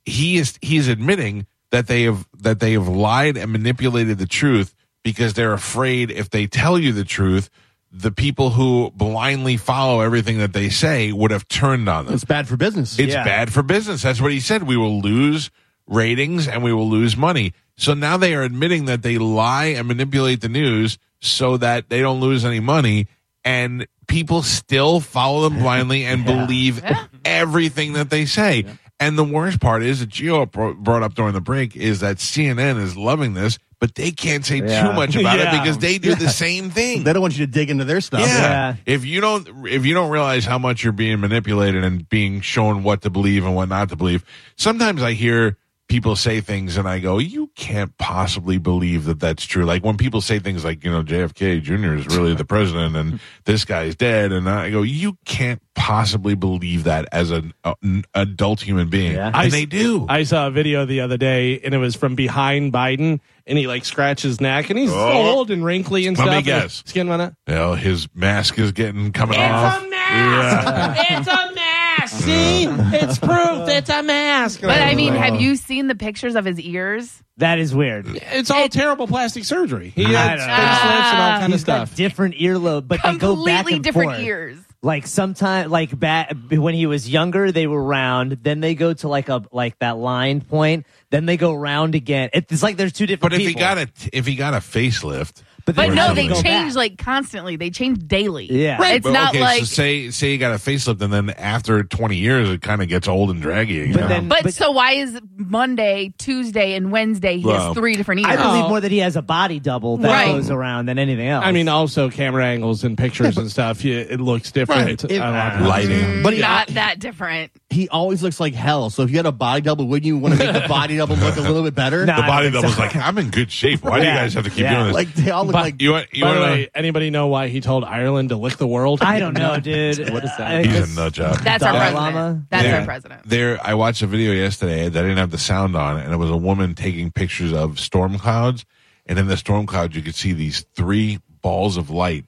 B: he is he is admitting that they have that they have lied and manipulated the truth because they're afraid if they tell you the truth the people who blindly follow everything that they say would have turned on them
D: it's bad for business.
B: it's
F: Yeah.
B: bad for business. That's what he said. We will lose ratings and we will lose money. So now they are admitting that they lie and manipulate the news so that they don't lose any money. And people still follow them blindly and believe everything that they say. And the worst part is that Gio bro- brought up during the break is that CNN is loving this, but they can't say
F: Yeah.
B: too much about
C: Yeah.
B: it because they do the same thing.
D: they don't want you to dig into their stuff.
B: Yeah.
F: Yeah.
B: If you don't if you don't realize how much you're being manipulated and being shown what to believe and what not to believe, sometimes I hear people say things and I go, "You can't possibly believe that that's true." Like when people say things like, you know, JFK Jr. is really the president and this guy's dead and I go, "You can't possibly believe that as an, uh, an adult human being."
F: Yeah.
B: And
C: I s-
B: they do.
C: I saw a video the other day, and it was from behind Biden, and he like scratched his neck, and he's
B: Oh.
C: old and wrinkly and
B: Let me
C: stuff. and
B: guess.
C: his Skin went up.
B: you know, his mask is getting coming off.
C: It's a mask. See, it's proof. It's a mask.
E: But I mean, have you seen the pictures of his ears?
F: that is weird.
C: it's all terrible plastic surgery. He
F: I
C: had
F: don't
C: face
F: know.
C: lifts and all kind of
F: He's got
C: stuff.
F: different earlobe, but they go back
E: Completely
F: and
E: different
F: forth.
E: ears.
F: Like sometimes, like back when he was younger, they were round. Then they go to like a like that line point. Then they go round again. It's like there's two different.
B: But if he
F: people.
B: got a if he got a facelift,
E: But
B: Right.
E: no,
B: Right.
E: they
B: Go
E: change
F: change
E: like constantly. They change daily.
F: Yeah. Right,
E: It's
B: But,
E: not
B: okay,
E: like.
B: so say say you got a facelift and then after 20 years it kind of gets old and draggy. you
F: But
B: know?
F: then-
E: but, so why is Monday, Tuesday, and Wednesday he
B: Well,
E: has three different ears?
F: I believe more that he has a body double that
E: Right.
F: goes around than anything else.
C: I mean, also camera angles and pictures and stuff. yeah, It looks different.
D: Right. It-
C: I don't know.
E: Mm-hmm.
B: lighting.
D: But he,
E: not that different.
D: he always looks like hell. So if you had a body double, wouldn't you want to make the body double look a little bit better?
F: No.
B: The
F: I
B: body
F: think so.
B: double's like, I'm in good shape. Why do you
F: Yeah.
B: guys have to keep
F: Yeah.
B: doing this?
D: Like they all look
C: But-
D: like
B: you want, you
C: By
B: want
C: the
B: to
C: way, anybody know why he told Ireland to lick the world?
F: I don't know, dude. what is
G: that?
B: He's a nut job.
E: That's our
F: Dalai
E: president.
F: Lama?
E: That's
B: Yeah.
E: our president.
B: There, I watched a video yesterday that didn't have the sound on, and it was a woman taking pictures of storm clouds, and in the storm clouds you could see these three balls of light,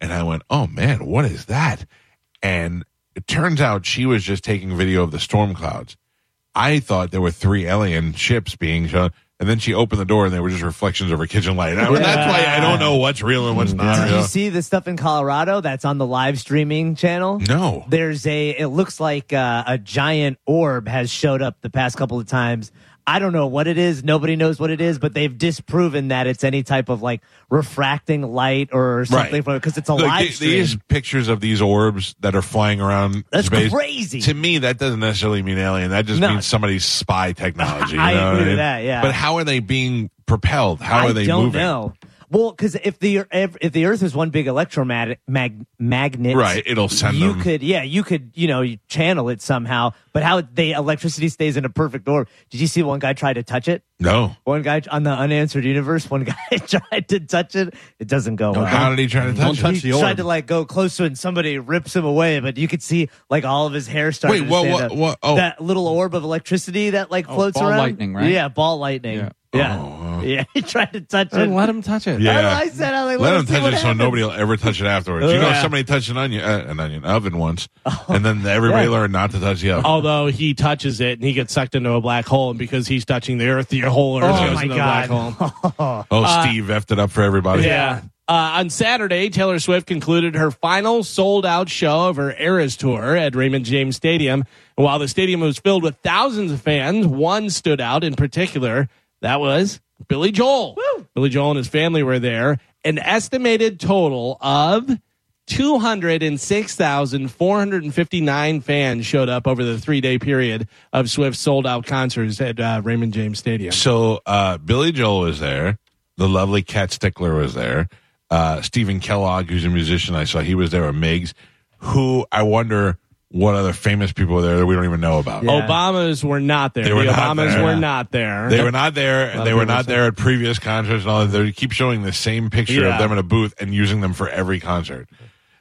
B: and I went, "Oh man, what is that?" And it turns out she was just taking video of the storm clouds. I thought there were three alien ships being shown, and then she opened the door, and they were just reflections of her kitchen light. And I went, That's why I don't know what's real and what's not
F: Mm, Did you
B: real.
F: see the stuff in Colorado that's on the live streaming channel?
B: No.
F: There's a. It looks like uh, a giant orb has showed up the past couple of times. I don't know what it is. Nobody knows what it is, but they've disproven that it's any type of like refracting light or something from because it's a
B: Look,
F: live
B: the-
F: stream.
B: These pictures of these orbs that are flying around
F: That's
B: space,
F: crazy.
B: To me, that doesn't necessarily mean alien. That just
F: No.
B: means somebody's spy technology. you
F: I
B: know what
F: agree with
B: mean?
F: that, yeah.
B: But how are they being propelled? How
F: I
B: are they
F: don't
B: moving?
F: know. Well, because if the if, if the Earth is one big electromagnet mag, magnet,
B: Right, it'll send
F: you
B: them-
F: could yeah, you could you know you channel it somehow. But how the electricity stays in a perfect orb? Did you see one guy try to touch it?
B: No.
F: One guy on the unanswered universe. One guy tried to touch it. It doesn't go well.
B: How did he try to touch it?
D: touch
F: he
D: the orb.
F: tried to like go close to it, and somebody rips him away. But you could see like all of his hair starting.
B: Wait,
F: to
B: what-
F: stand
B: what-
F: up.
B: what- oh.
F: that little orb of electricity that like floats
G: Oh, ball
F: around.
G: lightning, right?
F: Yeah, ball lightning.
G: Yeah.
F: Yeah, yeah.
B: Oh, wow.
F: he tried to touch it.
C: Then let him touch it.
B: Yeah.
F: I, I said, I was like,
B: Let
F: us
B: them
F: see
B: touch
F: what
B: it so
F: happens.
B: nobody will ever touch it afterwards. You know,
F: Yeah. Oh.
B: somebody touched an onion, uh, an onion oven once, and then everybody
F: Yeah.
B: learned not to touch the oven.
C: Although he touches it and he gets sucked into a black hole, and because he's touching the earth, the whole earth
F: Oh
C: goes
F: my
C: into a black
F: god!
C: hole.
B: Oh,
F: uh,
B: Steve effed it up for everybody.
C: Yeah. Uh, on Saturday, Taylor Swift concluded her final sold out show of her Eras tour at Raymond James Stadium. And while the stadium was filled with thousands of fans, one stood out in particular. That was Billy Joel. Billy Joel and his family were there. An estimated total of 206,459 fans showed up over the three day period of Swift's sold out concerts at uh, Raymond James Stadium.
B: So uh, Billy Joel was there. The lovely Cat Stickler was there. Uh, Stephen Kellogg, who's a musician, I saw he was there. Or Miggs, who I wonder what other famous people were there that we don't even know about.
F: Yeah.
C: Obamas were not there.
B: They were
C: the
B: not
C: Obamas
B: there.
C: were not there.
B: They were not there, and they were not there at previous concerts and all that. They keep showing the same picture
C: Yeah.
B: of them in a booth and using them for every concert.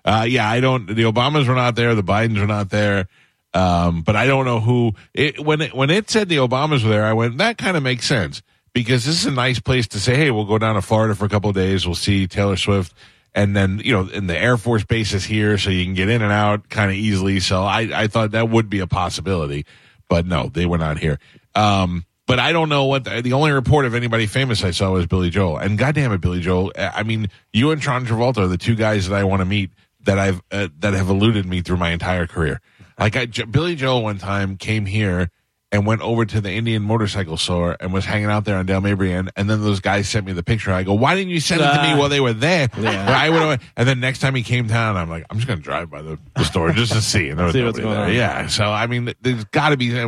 B: Uh, yeah, I don't. The Obamas were not there. The Bidens were not there. Um, but I don't know who. It, when it, when it said the Obamas were there, I went that kind of makes sense because this is a nice place to say, hey, we'll go down to Florida for a couple of days. We'll see Taylor Swift, and then you know, and the Air Force Base is here, so you can get in and out kind of easily. So I I thought that would be a possibility, but no, they were not here. Um, but I don't know what the, the only report of anybody famous I saw was Billy Joel. And goddamn it, Billy Joel. uh, I mean, you and Tron Travolta are the two guys that I want to meet that I've uh, that have eluded me through my entire career. Like I, J- Billy Joel one time came here and went over to the Indian motorcycle store and was hanging out there on Del Mabrian. And then those guys sent me the picture. I go, why didn't you send it to me
C: Ah.
B: while they were there? But I would. And then next time he came down, I'm like, I'm just gonna drive by the, the store just to see. And there was
C: See what's
B: nobody
C: going
B: there.
C: on.
B: Yeah. So I mean, there's got to be uh,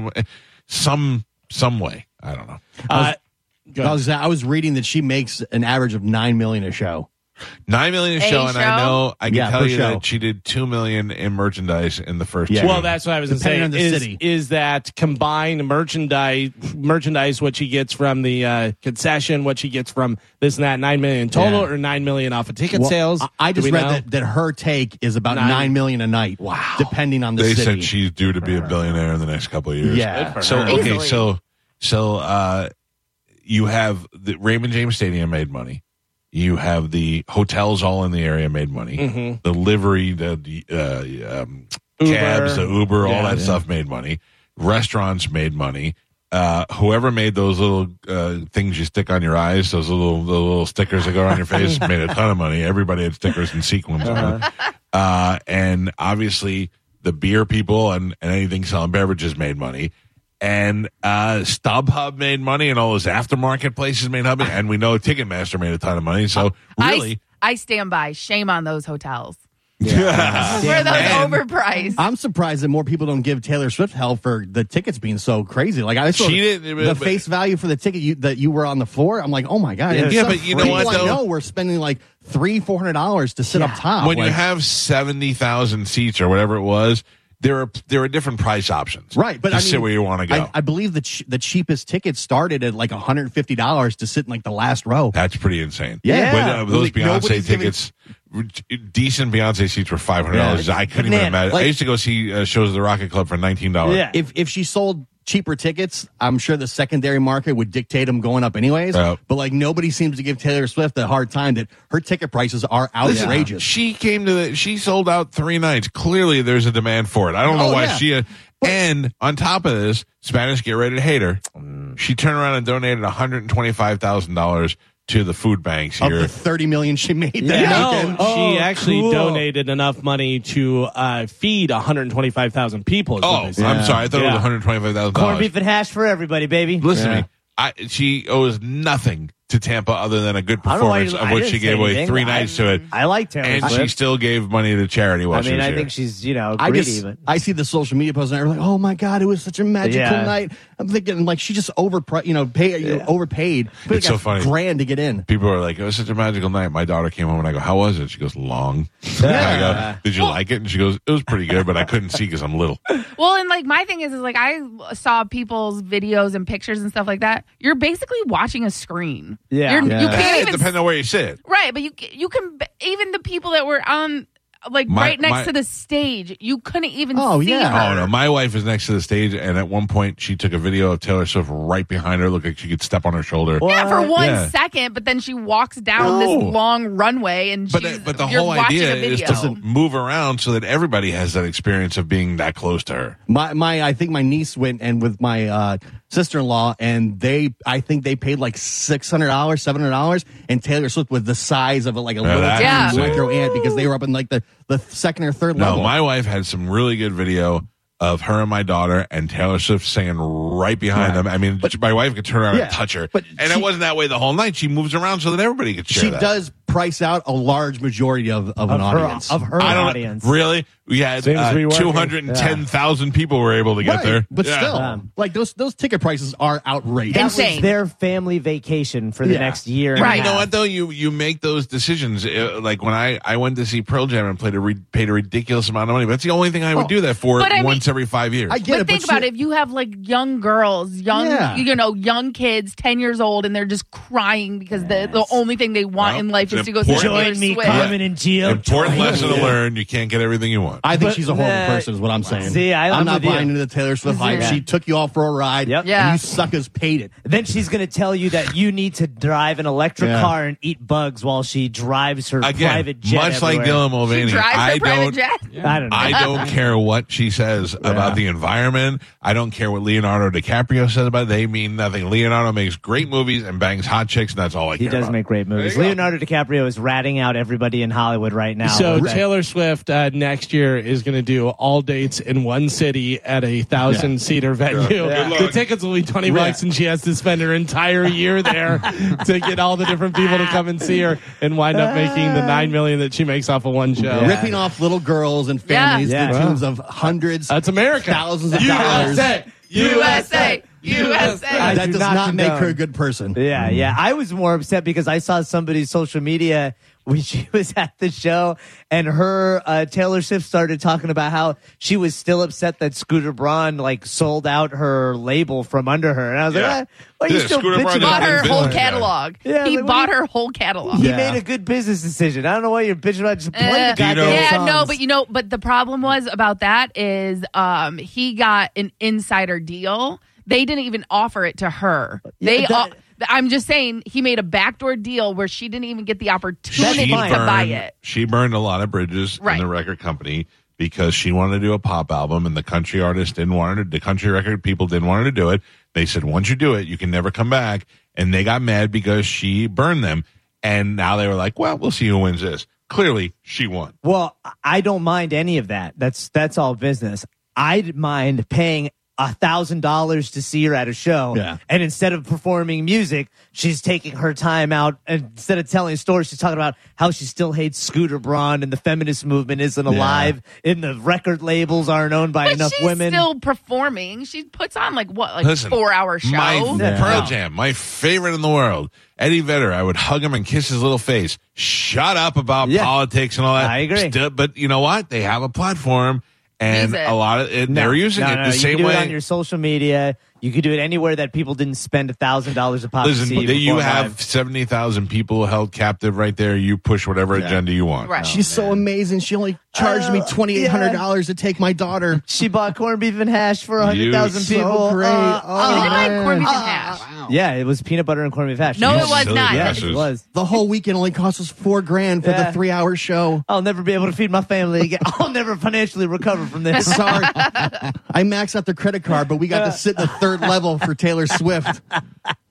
B: some some way. I don't know.
C: Uh, go
D: I
C: ahead.
D: was, I was reading that she makes an average of nine million a show.
B: Nine million a
E: A
B: show, and I
E: show?
B: know I can
D: Yeah,
B: tell
D: per
B: you
D: show.
B: that she did two million in merchandise in the first.
D: Yeah.
B: two.
C: well, that's what I was going to say.
D: Depending on the
C: is,
D: city.
C: is that combined merchandise, merchandise, what she gets from the uh, concession, what she gets from this and that, nine million total,
D: Yeah.
C: or nine million off of ticket
D: Well,
C: sales?
D: I, I
C: Do
D: just
C: we
D: read
C: know?
D: that, that her take is about
C: Nine.
D: nine, nine million a night. Wow, depending on the
B: they
D: city.
B: said she's due to be a billionaire in the next couple of years.
D: yeah,
B: So
E: her.
B: okay,
E: Easily.
B: so so uh, you have the Raymond James Stadium made money. You have the hotels all in the area made money.
E: Mm-hmm.
B: The livery, the, the uh, um,
C: Uber.
B: cabs, the Uber, all
C: Yeah,
B: that stuff made money. Restaurants made money. Uh, whoever made those little uh, things you stick on your eyes, those little the little stickers that go on your face, made a ton of money. Everybody had stickers and sequins on.
C: Uh-huh.
B: Uh, and obviously, the beer people and, and anything selling beverages made money. And uh, StubHub made money, and all those aftermarket places made money. And we know Ticketmaster made a ton of money. So really,
E: I, I stand by. Shame on those hotels.
B: yeah.
E: Were those
B: And-
E: overpriced?
B: Uh,
D: I'm surprised that more people don't give Taylor Swift hell for the tickets being so crazy. Like I saw
B: She didn't-
D: the
B: but-
D: face value for the ticket you, that you were on the floor. I'm like, oh my god. And
B: Yeah,
D: some
B: but you know
D: people
B: what, though?
D: I know we're spending like three, four hundred dollars to sit up top.
B: when you
D: Like,
B: have 70,000 seats or whatever it was, there are there are different price options.
D: Right, but
B: to
D: I mean,
B: sit where you want to go.
D: I, I believe the ch- the cheapest ticket started at like one hundred and fifty dollars to sit in like the last row.
B: That's pretty insane.
D: Yeah.
B: When, uh, those
D: Like,
B: Beyonce
D: nobody's giving-
B: tickets, decent Beyonce seats were five hundred dollars. I couldn't even
F: Banana.
B: imagine. I
D: Like-
B: used to go see uh, shows at the Rocket Club for nineteen dollars.
F: Yeah.
D: If if she sold cheaper tickets, I'm sure the secondary market would dictate them going up anyways.
B: Yeah.
D: But like nobody seems to give Taylor Swift a hard time that her ticket prices are outrageous.
B: Uh, She came to the. She sold out three nights. Clearly, there's a demand for it. I don't know
D: Oh,
B: why
D: yeah.
B: she. uh, and on top of this, Spanish get ready to hate her.
D: Mm.
B: She turned around and donated one hundred and twenty five thousand dollars to the food banks
D: Of
B: here.
D: the thirty million she made that
C: No,
D: weekend.
C: she
F: Oh,
C: actually
F: cool.
C: donated enough money to uh, feed 125,000 people. is what
B: oh,
C: they said.
B: I'm sorry. I thought it was
C: Yeah.
B: one hundred twenty five thousand
F: Corned
B: dollars.
F: beef and hash for everybody, baby.
B: Listen
G: Yeah.
B: to me. I, she owes nothing to Tampa other than a good
F: I don't know why you-
B: performance
F: I
B: of which
F: didn't
B: she
F: say
B: gave away
F: anything.
B: three
F: I-
B: nights to it.
F: I like Taylor
B: and she
F: Swift.
B: still gave money to charity while
F: I
B: she
F: mean,
B: was
F: I
B: here.
F: think she's you know
D: I
F: greedy,
D: just
F: but
D: I see the social media posts and I'm like, oh my god, it was such a magical
F: Yeah.
D: night. I'm thinking like she just overpri you know, pay you know, overpaid. But
B: It's so funny.
D: Grand to get in.
B: People are like, it was such a magical night. My daughter came home and I go, how was it? She goes, long. And I go, did you like it? And she goes, it was pretty good, but I couldn't see because I'm little.
E: Well, and like my thing is, is like I saw people's videos and pictures and stuff like that. You're basically watching a screen.
F: Yeah.
E: You're, you
G: Yeah.
E: can't
B: it
E: even
B: depends on where you sit.
E: right, but you you can even the people that were on like
B: My-
E: right next
B: my-
E: to the stage, you couldn't even
D: Oh,
E: see
D: yeah.
E: her.
B: Oh no, my wife is next to the stage, and at one point she took a video of Taylor Swift right behind her, looked like she could step on her shoulder.
E: Yeah, for one second,
B: Yeah.
E: but then she walks
B: No.
E: down this long runway and
B: But uh,
E: she's,
B: but the
E: you're
B: whole
E: watching
B: idea
E: a video.
B: is to move around so that everybody has that experience of being that close to her.
D: My my I think my niece went and with my uh, sister in law and they I think they paid like six hundred dollars, seven hundred dollars, and Taylor Swift was the size of a, like a little
B: that's
D: tiny
E: insane.
D: micro ant because they were up in like the, the second or third
B: No,
D: level.
B: my wife had some really good video of her and my daughter and Taylor Swift singing right behind them. I mean, my wife could turn around
D: Yeah,
B: and touch her.
D: but
B: and it
D: she-
B: wasn't that way the whole night. She moves around so that everybody could share
D: she
B: that.
D: does price out a large majority of, of, an
F: of her,
D: audience.
F: of her
B: I don't
F: audience.
B: Really? We had
C: Seems
B: uh,
C: we were.
B: 210,000 people were able to get
D: Right,
B: there.
D: But
B: Yeah.
D: still,
F: Yeah.
D: like those those ticket prices are outrageous.
E: And
F: That was
E: Insane.
F: their family vacation for the
D: Yeah.
F: next year. And
E: Right.
F: A
B: You know
F: half.
B: what though? You you make those decisions. Uh, like when I, I went to see Pearl Jam and played a re- paid a ridiculous amount of money. But that's the only thing I would do that for
E: But I mean-
B: once every five years.
D: I get
E: but
D: it.
E: think
D: but
E: about
D: she-
E: it. If you have like young girls, young,
D: Yeah.
E: you know, young kids, 10 years old, and they're just crying because the, the only thing they want
B: Well,
E: in life
B: it's
E: is to go see
B: important-
E: Taylor
F: Join me,
E: Swift.
F: Carmen and Gio.
B: Important
F: Join
B: lesson
F: me.
B: to learn. You can't get everything you want.
D: I think
F: But
D: she's a horrible
F: that-
D: person, is what I'm saying.
F: See, I-
D: am
F: I'm
D: not
F: with you.
D: buying into the Taylor Swift hype.
E: Yeah.
D: She took you all for a ride,
F: Yep.
E: Yeah.
D: and you suckers paid it.
F: Then she's going to tell you that you need to drive an electric
D: Yeah.
F: car and eat bugs while she drives her
B: Again,
F: private jet.
B: much like
F: everywhere.
B: Dylan Mulvaney,
E: she drives her
B: I
E: private
B: don't.
E: jet.
F: I don't know.
B: I don't care what she says about the environment. I don't care what Leonardo DiCaprio says about it. They mean nothing. Leonardo makes great movies and bangs hot chicks, and that's all I
F: he
B: care
F: does
B: about.
F: make great movies.
B: There you
F: Leonardo DiCaprio is ratting out everybody in Hollywood right now.
C: So
F: Right.
C: Taylor Swift uh, next year is going to do all dates in one city at a thousand seater venue.
B: Yeah. Good
C: The
B: luck.
C: tickets will be twenty bucks, and she has to spend her entire year there to get all the different people to come and see her, and wind up making the nine million that she makes off of one show.
F: Yeah.
D: ripping off little girls and families
F: Yeah.
D: to
F: Yeah.
D: the tunes of hundreds,
C: That's America.
D: thousands of dollars.
C: USA,
E: USA, USA.
F: I
D: That
F: do
D: does
F: not
D: not, make
F: condone.
D: her a good person.
F: Yeah, yeah.
B: Hmm.
F: I was more upset because I saw somebody's social media when she was at the show, and her uh, Taylor Swift started talking about how she was still upset that Scooter Braun like sold out her label from under her, and I was
B: Yeah.
F: like, "Why are you
B: Yeah,
F: still
B: Scooter
F: bitching
B: Braun
E: Bought
F: about
E: her
F: her?"
E: whole
B: Yeah.
E: catalog.
F: Yeah,
E: he
F: like,
E: bought
F: what-
E: her whole catalog.
F: He
D: Yeah.
F: made a good business decision. I don't know why you're bitching about. it. Just play
E: Eh,
F: the goddamn
B: know-
E: yeah,
F: songs.
E: no, but you know, but the problem was about that is um he got an insider deal. They didn't even offer it to her. They
F: Yeah, that-
E: all, I'm just saying he made a backdoor deal where she didn't even get the opportunity
B: she
E: to
F: fine.
E: buy
B: burned-
E: it.
B: She burned a lot of bridges
E: Right.
B: in the record company because she wanted to do a pop album and the country artist didn't want her to, the country record people didn't want her to do it. They said, once you do it, you can never come back. And they got mad because she burned them. And now they were like, well, we'll see who wins this. Clearly, she won.
F: Well, I don't mind any of that. That's that's all business. I'd mind paying a thousand dollars to see her at a show,
D: Yeah.
F: and instead of performing music, she's taking her time out. And instead of telling a story, she's talking about how she still hates Scooter Braun and the feminist movement isn't alive, and the record labels aren't owned by
E: But
F: enough
E: she's
F: women.
E: still performing. She puts on like what, like
B: Listen,
E: four hour show.
B: My
E: Yeah.
B: Pearl Jam, my favorite in the world. Eddie Vedder, I would hug him and kiss his little face. Shut up about
F: Yeah.
B: politics and all that.
F: I agree.
B: Still- but you know what? They have a platform, and
E: Use it.
B: a lot of it,
F: No,
B: they're using
F: no,
B: it
F: no,
B: the
F: you
B: same
F: can do
B: way.
F: it on your social media. You could do it anywhere that people didn't spend a thousand dollars a pop. to
B: Listen,
F: see
B: that you
F: perform
B: have
F: live.
B: seventy thousand people held captive right there. You push whatever agenda you want.
E: Right.
D: Oh, She's so amazing. She only charged me
F: Oh,
D: twenty eight hundred dollars to take my daughter.
F: She bought corned beef and hash for a hundred thousand
D: So
F: people.
D: great.
F: Uh,
D: Oh,
E: Did
F: uh,
E: it buy corned beef and hash?
F: yeah, it was peanut butter and corned beef hash.
E: No,
B: You
E: it was
B: silly
E: not.
F: Yes, it
B: bastards.
F: was.
D: The whole weekend only cost us four grand for
F: Yeah.
D: the three hour show.
F: I'll never be able to feed my family again. I'll never financially recover from this.
D: Sorry, I maxed out their credit card, but we got to sit in the third level for Taylor Swift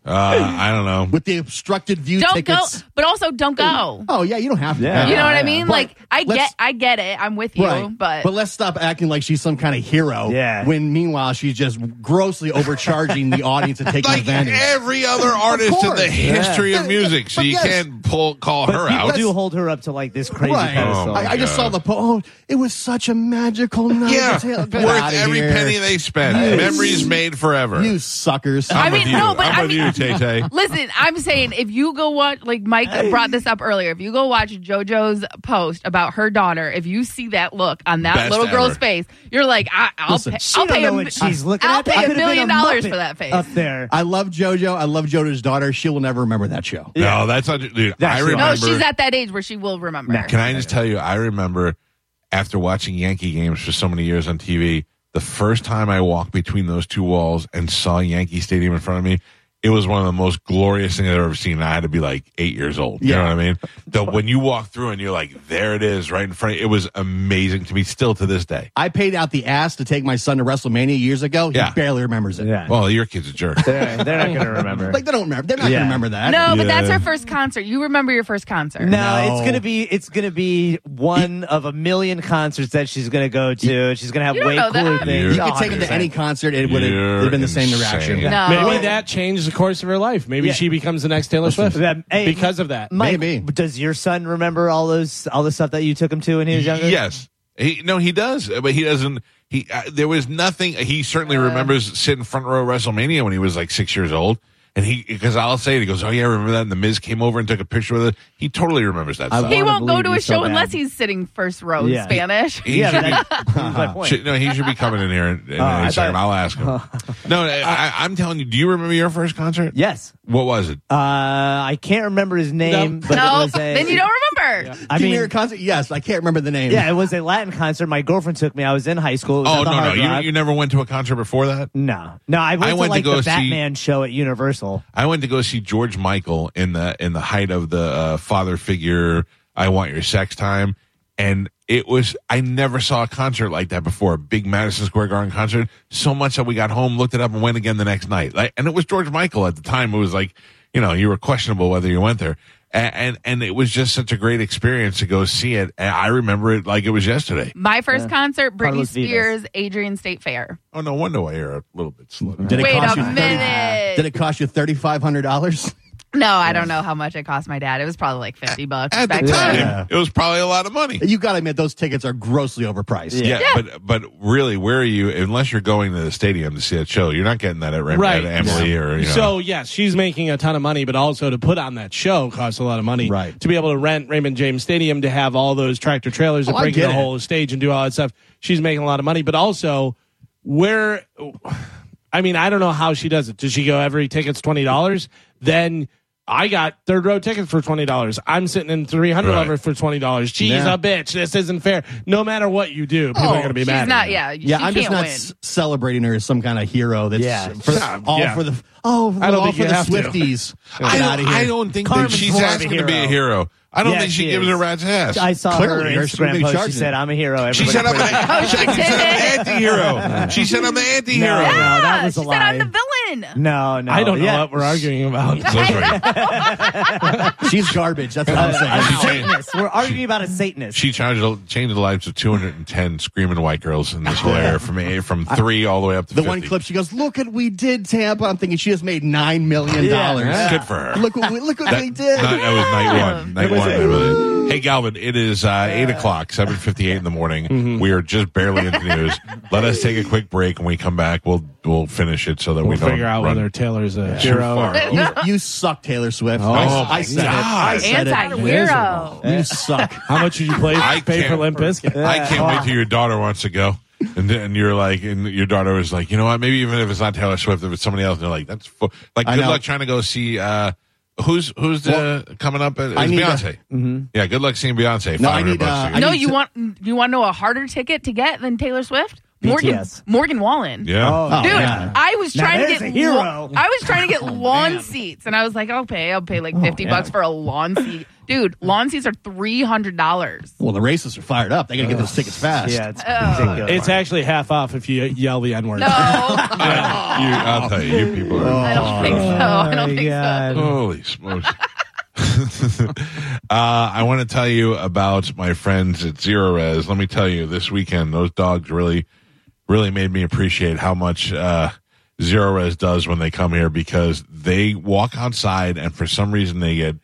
B: Uh, I don't know.
D: with the obstructed view
E: Don't
D: tickets.
E: go, but also don't go.
D: Oh yeah, you don't have to.
F: Yeah.
E: You know what I
F: Uh, yeah.
E: mean?
D: But
E: like I
D: let's-
E: get, I get it. I'm with you, but,
D: but let's stop acting like she's some kind of hero.
F: Yeah.
D: When meanwhile she's just grossly overcharging the audience and taking
B: Like eh,
D: advantage.
B: every other artist in
D: course.
B: the history
D: Yeah.
B: of music, so
D: But
B: you
D: yes.
B: can't pull call her
F: People
B: out.
F: do hold her up to like this crazy
D: Right.
F: pedestal.
B: Oh my
D: I, I just saw
B: God.
D: the post. Oh, it was such a magical night.
B: yeah,
D: Taylor- Get
B: worth
D: outta
B: every
D: here.
B: penny they spent.
D: Yes.
B: Memories made forever.
D: You suckers.
E: I
B: I'm
E: mean,
B: with you.
E: no, but
B: I'm
E: I
B: with
E: mean-
B: you, Tay Tay.
E: Listen, I'm saying if you go watch, like Mike brought this up earlier, if you go watch JoJo's post about her daughter, if you see that look on that
B: Best
E: little girl's
B: ever.
E: face, you're like, I, I'll
D: Listen,
E: pay,
F: She
E: I'll
F: don't
E: pay,
F: know
E: a, mi-
F: what she's looking
E: I'll
F: at.
E: pay
F: I
E: a
F: could've been
E: million dollars
F: Muppet
E: for that face.
F: up there.
D: I love JoJo. I love JoJo's daughter. She will never remember that show.
B: No, that's not, dude.
F: That's
B: I
F: right.
B: remember.
E: no, she's at that age where she will remember.
B: Can I just tell you? I remember after watching Yankee games for so many years on TV, the first time I walked between those two walls and saw Yankee Stadium in front of me, it was one of the most glorious things I've ever seen. And I had to be like eight years old. You know what I mean? The, when you walk through and you're like, there it is, right in front. of you, It was amazing to me, still to this day.
D: I paid out the ass to take my son to WrestleMania years ago.
B: Yeah.
D: He barely remembers it.
F: yeah.
B: Well, your kid's a jerk.
F: they're, they're not going to remember.
D: Like they don't remember. They're not
F: Yeah.
D: gonna remember that.
E: No, but that's
B: Yeah.
E: her first concert. You remember your first concert.
F: no,
D: No.
F: it's gonna be it's gonna be one of a million concerts that she's gonna go to. She's gonna have
E: You don't
F: way
E: know that.
F: cooler things.
D: You could take him to
F: 100%.
D: any concert. It would
B: You're
D: have been the same
B: insane.
D: reaction.
B: Yeah.
E: No.
C: Maybe that changed the course of her life. Maybe
F: Oh. Yeah.
C: she becomes the next Taylor Swift
F: that- hey,
C: because of that.
F: Mike,
D: Maybe.
F: does your son remember all those all the stuff that you took him to when he was younger?
B: Yes. He, no, he does, uh, but he doesn't. He uh, there was nothing. He certainly
F: Uh.
B: remembers sitting front row WrestleMania when he was like six years old, and he because I'll say it, he goes, "Oh yeah, I remember that." And the Miz came over and took a picture with it. He totally remembers that.
F: I
B: stuff.
E: he
F: wanna
E: won't go
F: believe
E: to a
F: you so
E: show
F: bad.
E: unless he's sitting first row in
F: Yeah.
E: Spanish.
B: He
F: Yeah,
B: should be-
F: that, that's my point.
B: should- no, he should be coming in here in, in
F: Oh, I
B: a
F: thought-
B: second. I'll ask him. no, I, I'm telling you. Do you remember your first concert?
F: Yes.
B: What was it?
F: Uh, I can't remember his name, but it
E: No,
F: was a,
E: then you don't remember.
F: I
D: Premier
F: mean,
D: concert. Yes, I can't remember the name.
F: yeah, it was a Latin concert. My girlfriend took me. I was in high school. It was
B: Oh
F: at the
B: no, no,
F: Hard
B: you
F: Rock.
B: you never went to a concert before that.
F: no, no. I went
B: I
F: to
B: went to
F: like
B: go
F: the
B: see-
F: Batman show at Universal.
B: I went to go see George Michael in the in the height of the uh, father figure. I want your sex time, and it was I never saw a concert like that before. A big Madison Square Garden concert, so much that we got home, looked it up, and went again the next night. Like, and it was George Michael at the time. It was like you know you were questionable whether you went there, and and, and it was just such a great experience to go see it. And I remember it like it was yesterday.
E: My first concert, Britney
F: Carlos Vives.
E: Spears, Adrian State Fair.
B: Oh no wonder I hear a little bit slow.
D: Did it
E: Wait
D: cost
E: a
D: you 30
E: minute.
D: Did it cost you thirty five hundred dollars?
E: No, I don't know how much it cost my dad. It was probably like fifty bucks
B: At
E: back
B: the time,
E: then.
B: it was probably a lot of money.
D: You got to admit those tickets are grossly overpriced.
B: Yeah, but but really, where are you? Unless you're going to the stadium to see that show, you're not getting that at Ram-
C: Right.
B: at Emily or you know.
C: So yes, she's making a ton of money, but also to put on that show costs a lot of money.
D: Right.
C: To be able to rent Raymond James Stadium to have all those tractor trailers
B: Oh,
C: and
D: I
C: bring
D: get
C: the
D: it.
C: whole stage and do all that stuff, she's making a lot of money. But also, where, I mean, I don't know how she does it. Does she go every ticket's twenty dollars? Then I got third row tickets for twenty dollars. I'm sitting in three hundred
B: Right.
C: level for twenty dollars. Jeez,
D: Yeah.
C: a bitch. This isn't fair. No matter what you do, people are
E: Oh,
C: gonna be
E: she's
C: mad. at
E: not.
C: you.
E: Yeah,
D: Yeah,
E: she
D: I'm
E: can't
D: just not
E: win.
D: s- celebrating her as some kind of hero. That's
F: Yeah.
D: for, all
C: yeah.
D: for the oh,
C: I don't
D: all
C: think
D: for
C: you
D: the
C: have to.
D: Swifties.
B: I,
D: Get outta
B: don't,
D: here.
B: I don't think that
F: Carmen's
B: she's
F: more of a
B: asking to be a
F: hero.
B: hero. I don't
F: Yeah,
B: think she,
F: she
B: gives
F: is.
B: a rat's ass.
F: I saw
D: Clearly,
F: her
D: or she would've
F: Instagram
D: been
F: post. She
D: charging
F: said,
D: it.
F: "I'm a hero." Everybody
B: she said I'm an,
F: praise me."
E: Oh, she
B: she
E: did
B: said
E: it.
B: I'm an anti-hero. She said I'm an anti-hero.
F: No,
E: Yeah,
F: that was
E: Ah, she
F: a
E: said I'm
F: lie.
E: the villain.
F: No, no.
C: I don't know
F: yeah.
C: what we're arguing about.
B: That's right.
D: She's garbage. That's what I'm saying.
B: She changed-
F: Yes, we're arguing about a Satanist.
B: She changed, changed the lives of 210 screaming white girls in this whole area from eight, from three all the way up to
D: The one
B: 50.
D: clip she goes, "Look at we did Tampa." I'm thinking she has made nine million dollars.
B: Good for her.
D: Look what we look what
B: That-
D: we did.
B: Not, that was night one. Night one. I believe. Hey, Galvin, it is uh, 8 o'clock, 7.58 in the morning. We are just barely into news. Let us take a quick break. When we come back, we'll we'll finish it so that
C: We'll
B: we don't
C: figure out
B: run
C: whether Taylor's a
B: too
C: hero.
B: far.
D: you, you suck, Taylor Swift.
B: Oh,
D: I,
B: my
D: I said
B: God.
D: it. I said it.
E: Anti-hero.
D: You suck.
C: How much did you play,
B: I
C: pay for
B: can't-
C: Limp Bizkit?
B: I can't wait till your daughter wants to go. And then you're like, and your daughter was like, you know what? Maybe even if it's not Taylor Swift, if it's somebody else, and they're like, that's fu-. like
D: I
B: good
D: know.
B: luck trying to go see uh, who's who's the coming up? It's
D: I need
B: Beyonce. Yeah, good luck seeing Beyonce.
D: No, I
B: 500
D: need,
B: bucks
D: uh,
B: to go.
D: I
E: no,
D: need
E: you
D: to-
E: want you want to know a harder ticket to get than Taylor Swift? Morgan
F: BTS.
E: Morgan Wallen.
B: yeah.
F: Oh,
E: Dude,
F: yeah.
E: I was
F: Now
E: trying to
F: there's
E: get
F: a hero.
E: lawn- I was trying to get lawn seats, and I was like, "I'll pay. I'll pay like fifty bucks for a lawn seat." Dude, lawn seats are three hundred dollars.
D: Well, the racists are fired up. They got to get those tickets fast.
F: Yeah, it's
E: Oh.
F: ridiculous.
C: It's actually half off if you yell the N word.
E: No, I
B: You- I'll tell you, you people are.
E: don't think so. Oh, I
F: Oh,
E: don't think so.
B: Holy smokes. uh, I want to tell you about my friends at Zero Res. Let me tell you, this weekend, those dogs really, really made me appreciate how much uh, Zero Res does when they come here because they walk outside and for some reason they get,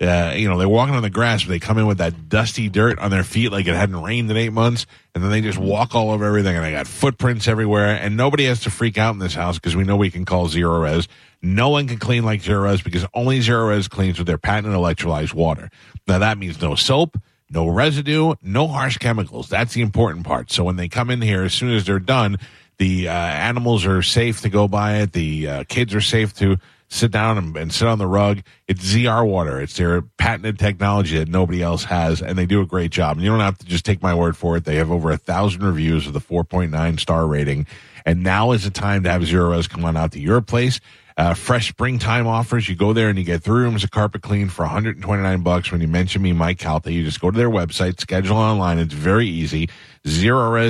B: uh, you know, they're walking on the grass, but they come in with that dusty dirt on their feet like it hadn't rained in eight months. And then they just walk all over everything and they got footprints everywhere. And nobody has to freak out in this house because we know we can call Zero Res. No one can clean like Zero Res because only Zero Res cleans with their patented electrolyzed water. Now that means no soap, no residue, no harsh chemicals. That's the important part. So when they come in here, as soon as they're done, the uh, animals are safe to go by it. The uh, kids are safe to sit down and, and sit on the rug. It's ZR water. It's their patented technology that nobody else has, and they do a great job. And you don't have to just take my word for it. They have over a thousand reviews of the 4.9 star rating. And now is the time to have Zero Res come on out to your place. Uh, fresh springtime offers. You go there and you get three rooms of carpet clean for 129 bucks. When you mention me, Mike Calta, you just go to their website, schedule online. It's very easy.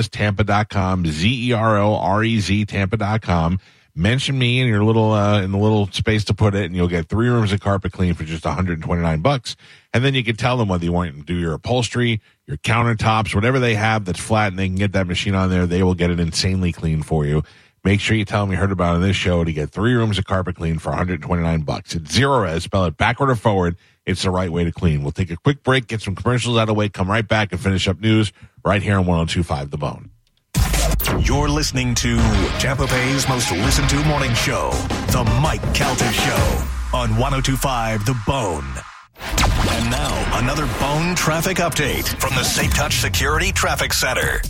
B: ZeroRezTampa.com, Z-E-R-O-R-E-Z Tampa.com. Mention me in your little, uh, in the little space to put it and you'll get three rooms of carpet clean for just 129 bucks. And then you can tell them whether you want to do your upholstery, your countertops, whatever they have that's flat and they can get that machine on there. They will get it insanely clean for you. Make sure you tell them you heard about it on this show to get three rooms of carpet clean for 129 bucks. It's zero res, spell it backward or forward. It's the right way to clean. We'll take a quick break, get some commercials out of the way, come right back and finish up news right here on 1025 The Bone.
A: You're listening to Tampa Bay's most listened to morning show, The Mike Calter Show, on 1025 The Bone. And now, another bone traffic update from the Safe Touch Security Traffic Center.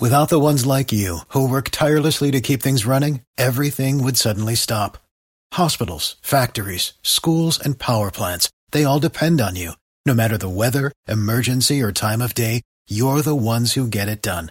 H: Without the ones like you, who work tirelessly to keep things running, everything would suddenly stop. Hospitals, factories, schools, and power plants, they all depend on you. No matter the weather, emergency, or time of day, you're the ones who get it done.